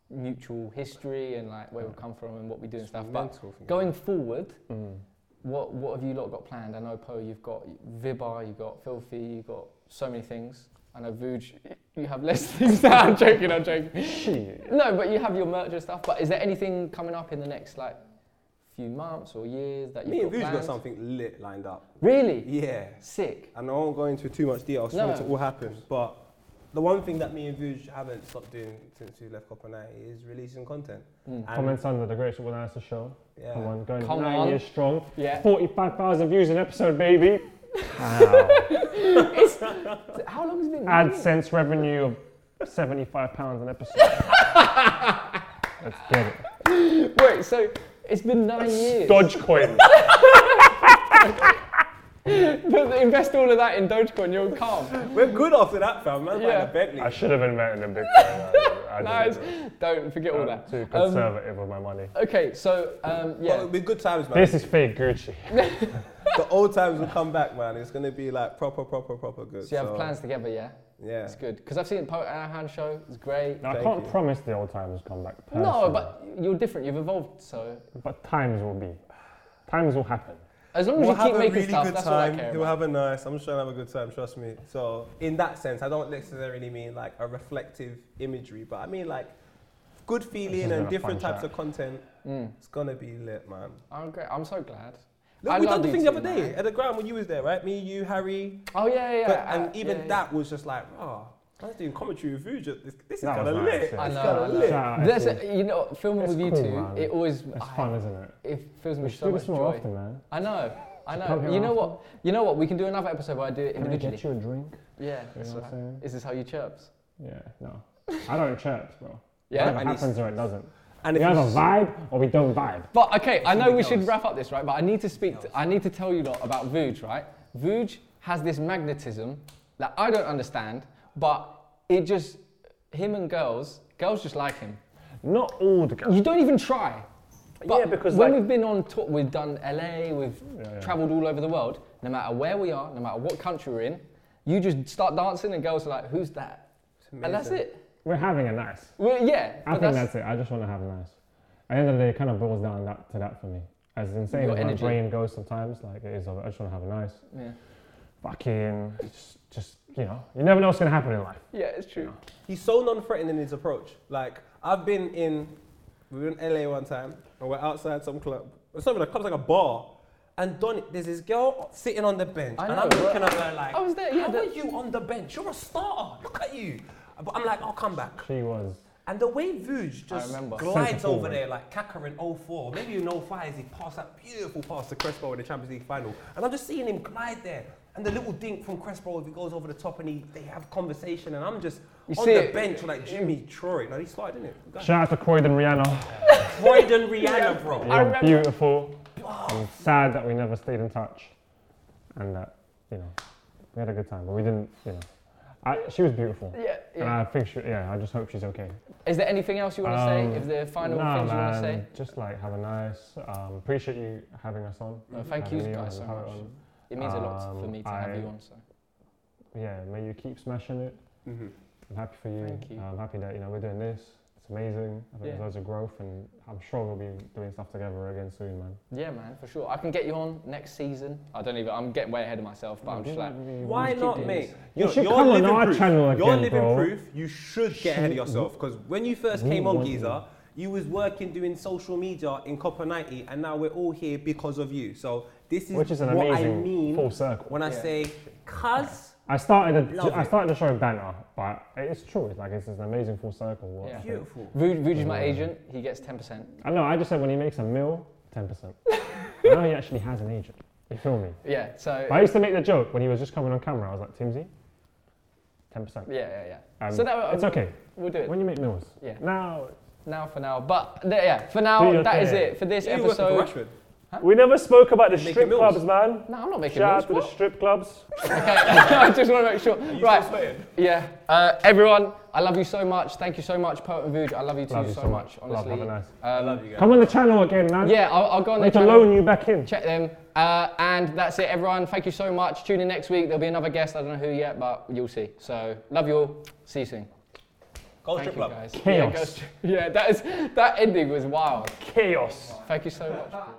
A: mutual history and like where we come from and what we do and stuff. But going forward,
B: mm.
A: what what have you lot got planned? I know Poe, you've got Vibar, you've got Filthy, you've got so many things. I know Vuj, you have less [laughs] things. No, I'm joking. I'm joking. No, but you have your merch and stuff. But is there anything coming up in the next like few months or years that
C: Me
A: you've
C: and
A: got
C: Vuj
A: planned?
C: got something lit lined up.
A: Really?
C: Yeah.
A: Sick.
C: And I won't go into too much detail, so
A: No.
C: it all happens. But the one thing that me and Vuj haven't stopped doing since we left Copenhagen is releasing content.
A: Mm.
C: And-
B: Comments under the Great Organizer Show.
C: Yeah.
B: Come on, going
A: Come
B: nine
A: on.
B: years strong.
A: Yeah.
B: 45,000 views an episode, baby. Wow.
A: How long has it been?
B: AdSense revenue of 75 pounds an episode. Let's get it.
A: Wait, so it's been nine years.
B: Dogecoin.
A: [laughs] But Invest all of that in Dogecoin, you're
B: [laughs]
A: calm.
C: We're good after that, fam. Man's
A: Yeah.
C: buying a Bentley.
B: I should have invented a Bitcoin.
A: [laughs]
B: I- I
A: Nice.
B: didn't.
A: Don't forget all
B: I'm
A: that.
B: Too
A: Um,
B: conservative with my money.
A: Okay, so um,
C: But
A: yeah.
C: it'll be good times, man.
B: This is fake Gucci.
C: the old times will come back, man. It's gonna be like proper, proper, proper good.
A: So you have plans together, yeah?
C: Yeah.
A: It's good. Because I've seen the Poet Hand show, it's great.
B: Now, I
C: Thank
B: can't
C: you.
B: promise the old times come back. Personally,
A: No, but you're different, you've evolved, so.
B: but times will be. Times will happen.
A: As long as
C: We'll
A: you keep
C: have a
A: making
C: really
A: stuff,
C: good
A: that's all I
C: time.
A: care
C: We'll
A: about.
C: have a nice. I'm just trying to have a good time. Trust me. So in that sense, I don't necessarily mean like a reflective imagery, but I mean like good
B: This
C: feeling
B: is
C: and
B: gonna
C: different
B: fun
C: types of content.
A: Mm.
C: It's gonna be lit, man.
A: I'm great. I'm so glad.
C: Look,
A: I
C: we
A: love
C: done the
A: you
C: thing the
A: too,
C: other day
A: man.
C: at the ground when you was there, right? Me, you, Harry,
A: Oh, yeah, yeah,
C: but-
A: yeah.
C: and
A: uh,
C: even
A: yeah, yeah.
C: that was just like, oh, I was doing commentary with you. Just, this, this is
B: That
C: kind of
B: was
C: lit.
B: nice,
C: It's
B: yeah.
A: I know,
C: kind
A: I
C: of
A: know.
C: lit.
B: Shout out,
A: There's
B: it's-
A: a, you know, filming
B: It's
A: with you
B: cool,
A: two,
B: man.
A: it always
B: It's
A: I-
B: fun, isn't it?
A: it fills me
B: We
A: with
B: should
A: so
B: do
A: much
B: this more
A: joy.
B: often, man.
A: I know, I
B: Come
A: know.
B: here
A: You know
B: after.
A: what? You know what? We can do another episode where I do it
B: Can I
A: individually.
B: get you a drink?
A: Yeah.
B: You
A: that's
B: know what
A: right.
B: I'm saying?
A: Is this how you chirps?
B: Yeah, no. I don't chirp, bro.
A: Yeah.
B: It
C: And it's-
B: happens or it doesn't.
C: And
B: We
C: if
B: either
C: it's-
B: vibe or we don't vibe.
A: But okay, I know we
C: Something
A: should
C: else.
A: wrap up this right, but I need to speak. To,
C: else.
A: I need to tell you lot about Vuj, right? Vuj has this magnetism that I don't understand, but it just him and girls, girls just like him.
B: Not all the girls.
A: You don't even try. But
B: Yeah, because,
A: when
B: like-
A: we've been on tour, we've done LA, we've
B: Yeah, yeah.
A: travelled all over the world. No matter where we are, no matter what country we're in, you just start dancing, and girls are like, "Who's that?" And that's
C: amazing.
A: it.
B: We're having a nice.
A: Well, yeah,
B: I
A: but
B: think that's, it. I just want to have nice. At the end of the day, it kind of boils down that, to that for me. As insane
A: Your
B: as my
A: energy.
B: brain goes sometimes, like it is, I just want to have a nice.
A: yeah.
B: fucking just, just you know, you never know what's gonna happen in life.
A: yeah, it's true.
C: He's so non-threatening in his approach. Like I've been in, we were in LA one time, and we're outside some club. It's not even a club, it's like a bar. And Don, there's this girl sitting on the bench,
A: I
C: and
A: know,
C: I'm
A: bro.
C: looking at her like,
A: I was there, yeah,
C: How
A: the-
C: are you on the bench? You're a starter. Look at you. But I'm like, I'll come back.
B: She was
C: And the way Vuj
A: I
C: just
A: remember.
B: Centre
C: glides over
B: forward.
C: there like Kaká in 04, maybe in 05 as he passed that beautiful pass to Crespo in the Champions League final. And I'm just seeing him glide there. And the little dink from Crespo, if he goes over the top and he, they have conversation, and I'm just
A: You
C: on
A: see
C: the
A: it-
C: bench like Jimmy Troy. Now he started, didn't it?
B: shout out to Croydon Rihanna.
C: Croydon Rihanna,
A: [laughs]
C: bro.
A: Oh, I
B: You're
A: remember-
B: beautiful. I'm sad that we never stayed in touch, and that you know we had a good time, but we didn't. You know, I, she was beautiful,
A: Yeah,
B: and
A: yeah.
B: I think she. Yeah, I just hope she's okay.
A: Is there anything else you want to
B: Um,
A: say? If the final
B: Nah,
A: things you want to
B: man,
A: say?
B: Just like have a nice. Um, appreciate you having us on.
A: No, thank you
B: having me on
A: guys so
B: and have it
A: much.
B: on.
A: It means a lot for
B: Um,
A: me to have you
B: I-
A: on. So
B: Yeah, may you keep smashing it.
C: Mm-hmm.
B: I'm happy for you.
A: Thank you.
B: I'm happy that you know we're doing this. It's amazing. I think there's
A: Yeah.
B: loads of growth, and I'm sure we'll be doing stuff together again soon, man.
A: yeah, man, for sure. I can get you on next season. I don't even. I'm getting way ahead of myself, but I'm just like,
C: Why
A: keep
C: not,
A: doing
C: mate?
A: this.
B: You should come on our channel
C: You're
B: again,
C: living
B: bro.
C: proof. You should get ahead of yourself because when you first
B: We
C: came on
B: want
C: Giza, You was working doing social media in Copper 90, and now we're all here because of you. So this is,
B: Which is an
C: what
B: amazing
C: I mean
B: full circle.
C: when I
A: Yeah.
C: say cuz
B: I started
C: Love
B: a, I
C: it.
B: started the show in Banner, but it's true. It's like it's an amazing full circle. What
A: Yeah.
B: I think.
C: beautiful.
A: Vuj Vuj is my agent. He gets 10%.
B: I know. I just said when he makes a meal, ten
A: [laughs]
B: percent. now he actually has an agent. You feel me?
A: Yeah. So.
B: I used to make the joke when he was just coming on camera. I was like, Timsy, ten percent.
A: Yeah, yeah, yeah.
B: Um,
A: so that
B: it's okay.
A: We'll do it
B: When you make meals,
A: Yeah.
B: Now
A: now for now. But th- yeah, for
B: Do
A: now
B: your
A: that is
B: thing.
A: it for this
C: You working for
A: episode.
C: Rashford.
D: We never spoke about the strip
C: meals.
D: clubs, man.
A: No, I'm not making
D: Shout out
A: moves.
D: to the strip clubs.
A: Okay, [laughs] I just want to make sure.
C: You
A: Right.
C: still sweating?
A: Yeah. Uh, everyone, I love you so much. Thank you so much, Poet and Vuj. I love you too
B: Love you
A: so
B: so
A: much.
B: much. Love,
A: Honestly.
B: have a nice-
A: Um,
C: I love you guys.
B: come on the channel again, man.
A: Yeah, I'll, I'll go on
B: They
A: their
B: can
A: channel.
B: loan you back in.
A: Check them. Uh, and that's it, everyone. Thank you so much. Tune in next week. There'll be another guest. I don't know who yet, but you'll see. So love you all. See you soon.
C: Go
A: Thank
C: strip
A: you,
C: club.
A: guys. [laughs]
B: Chaos.
A: Yeah, go- yeah, that is that ending was wild.
D: Chaos.
A: Thank you so much.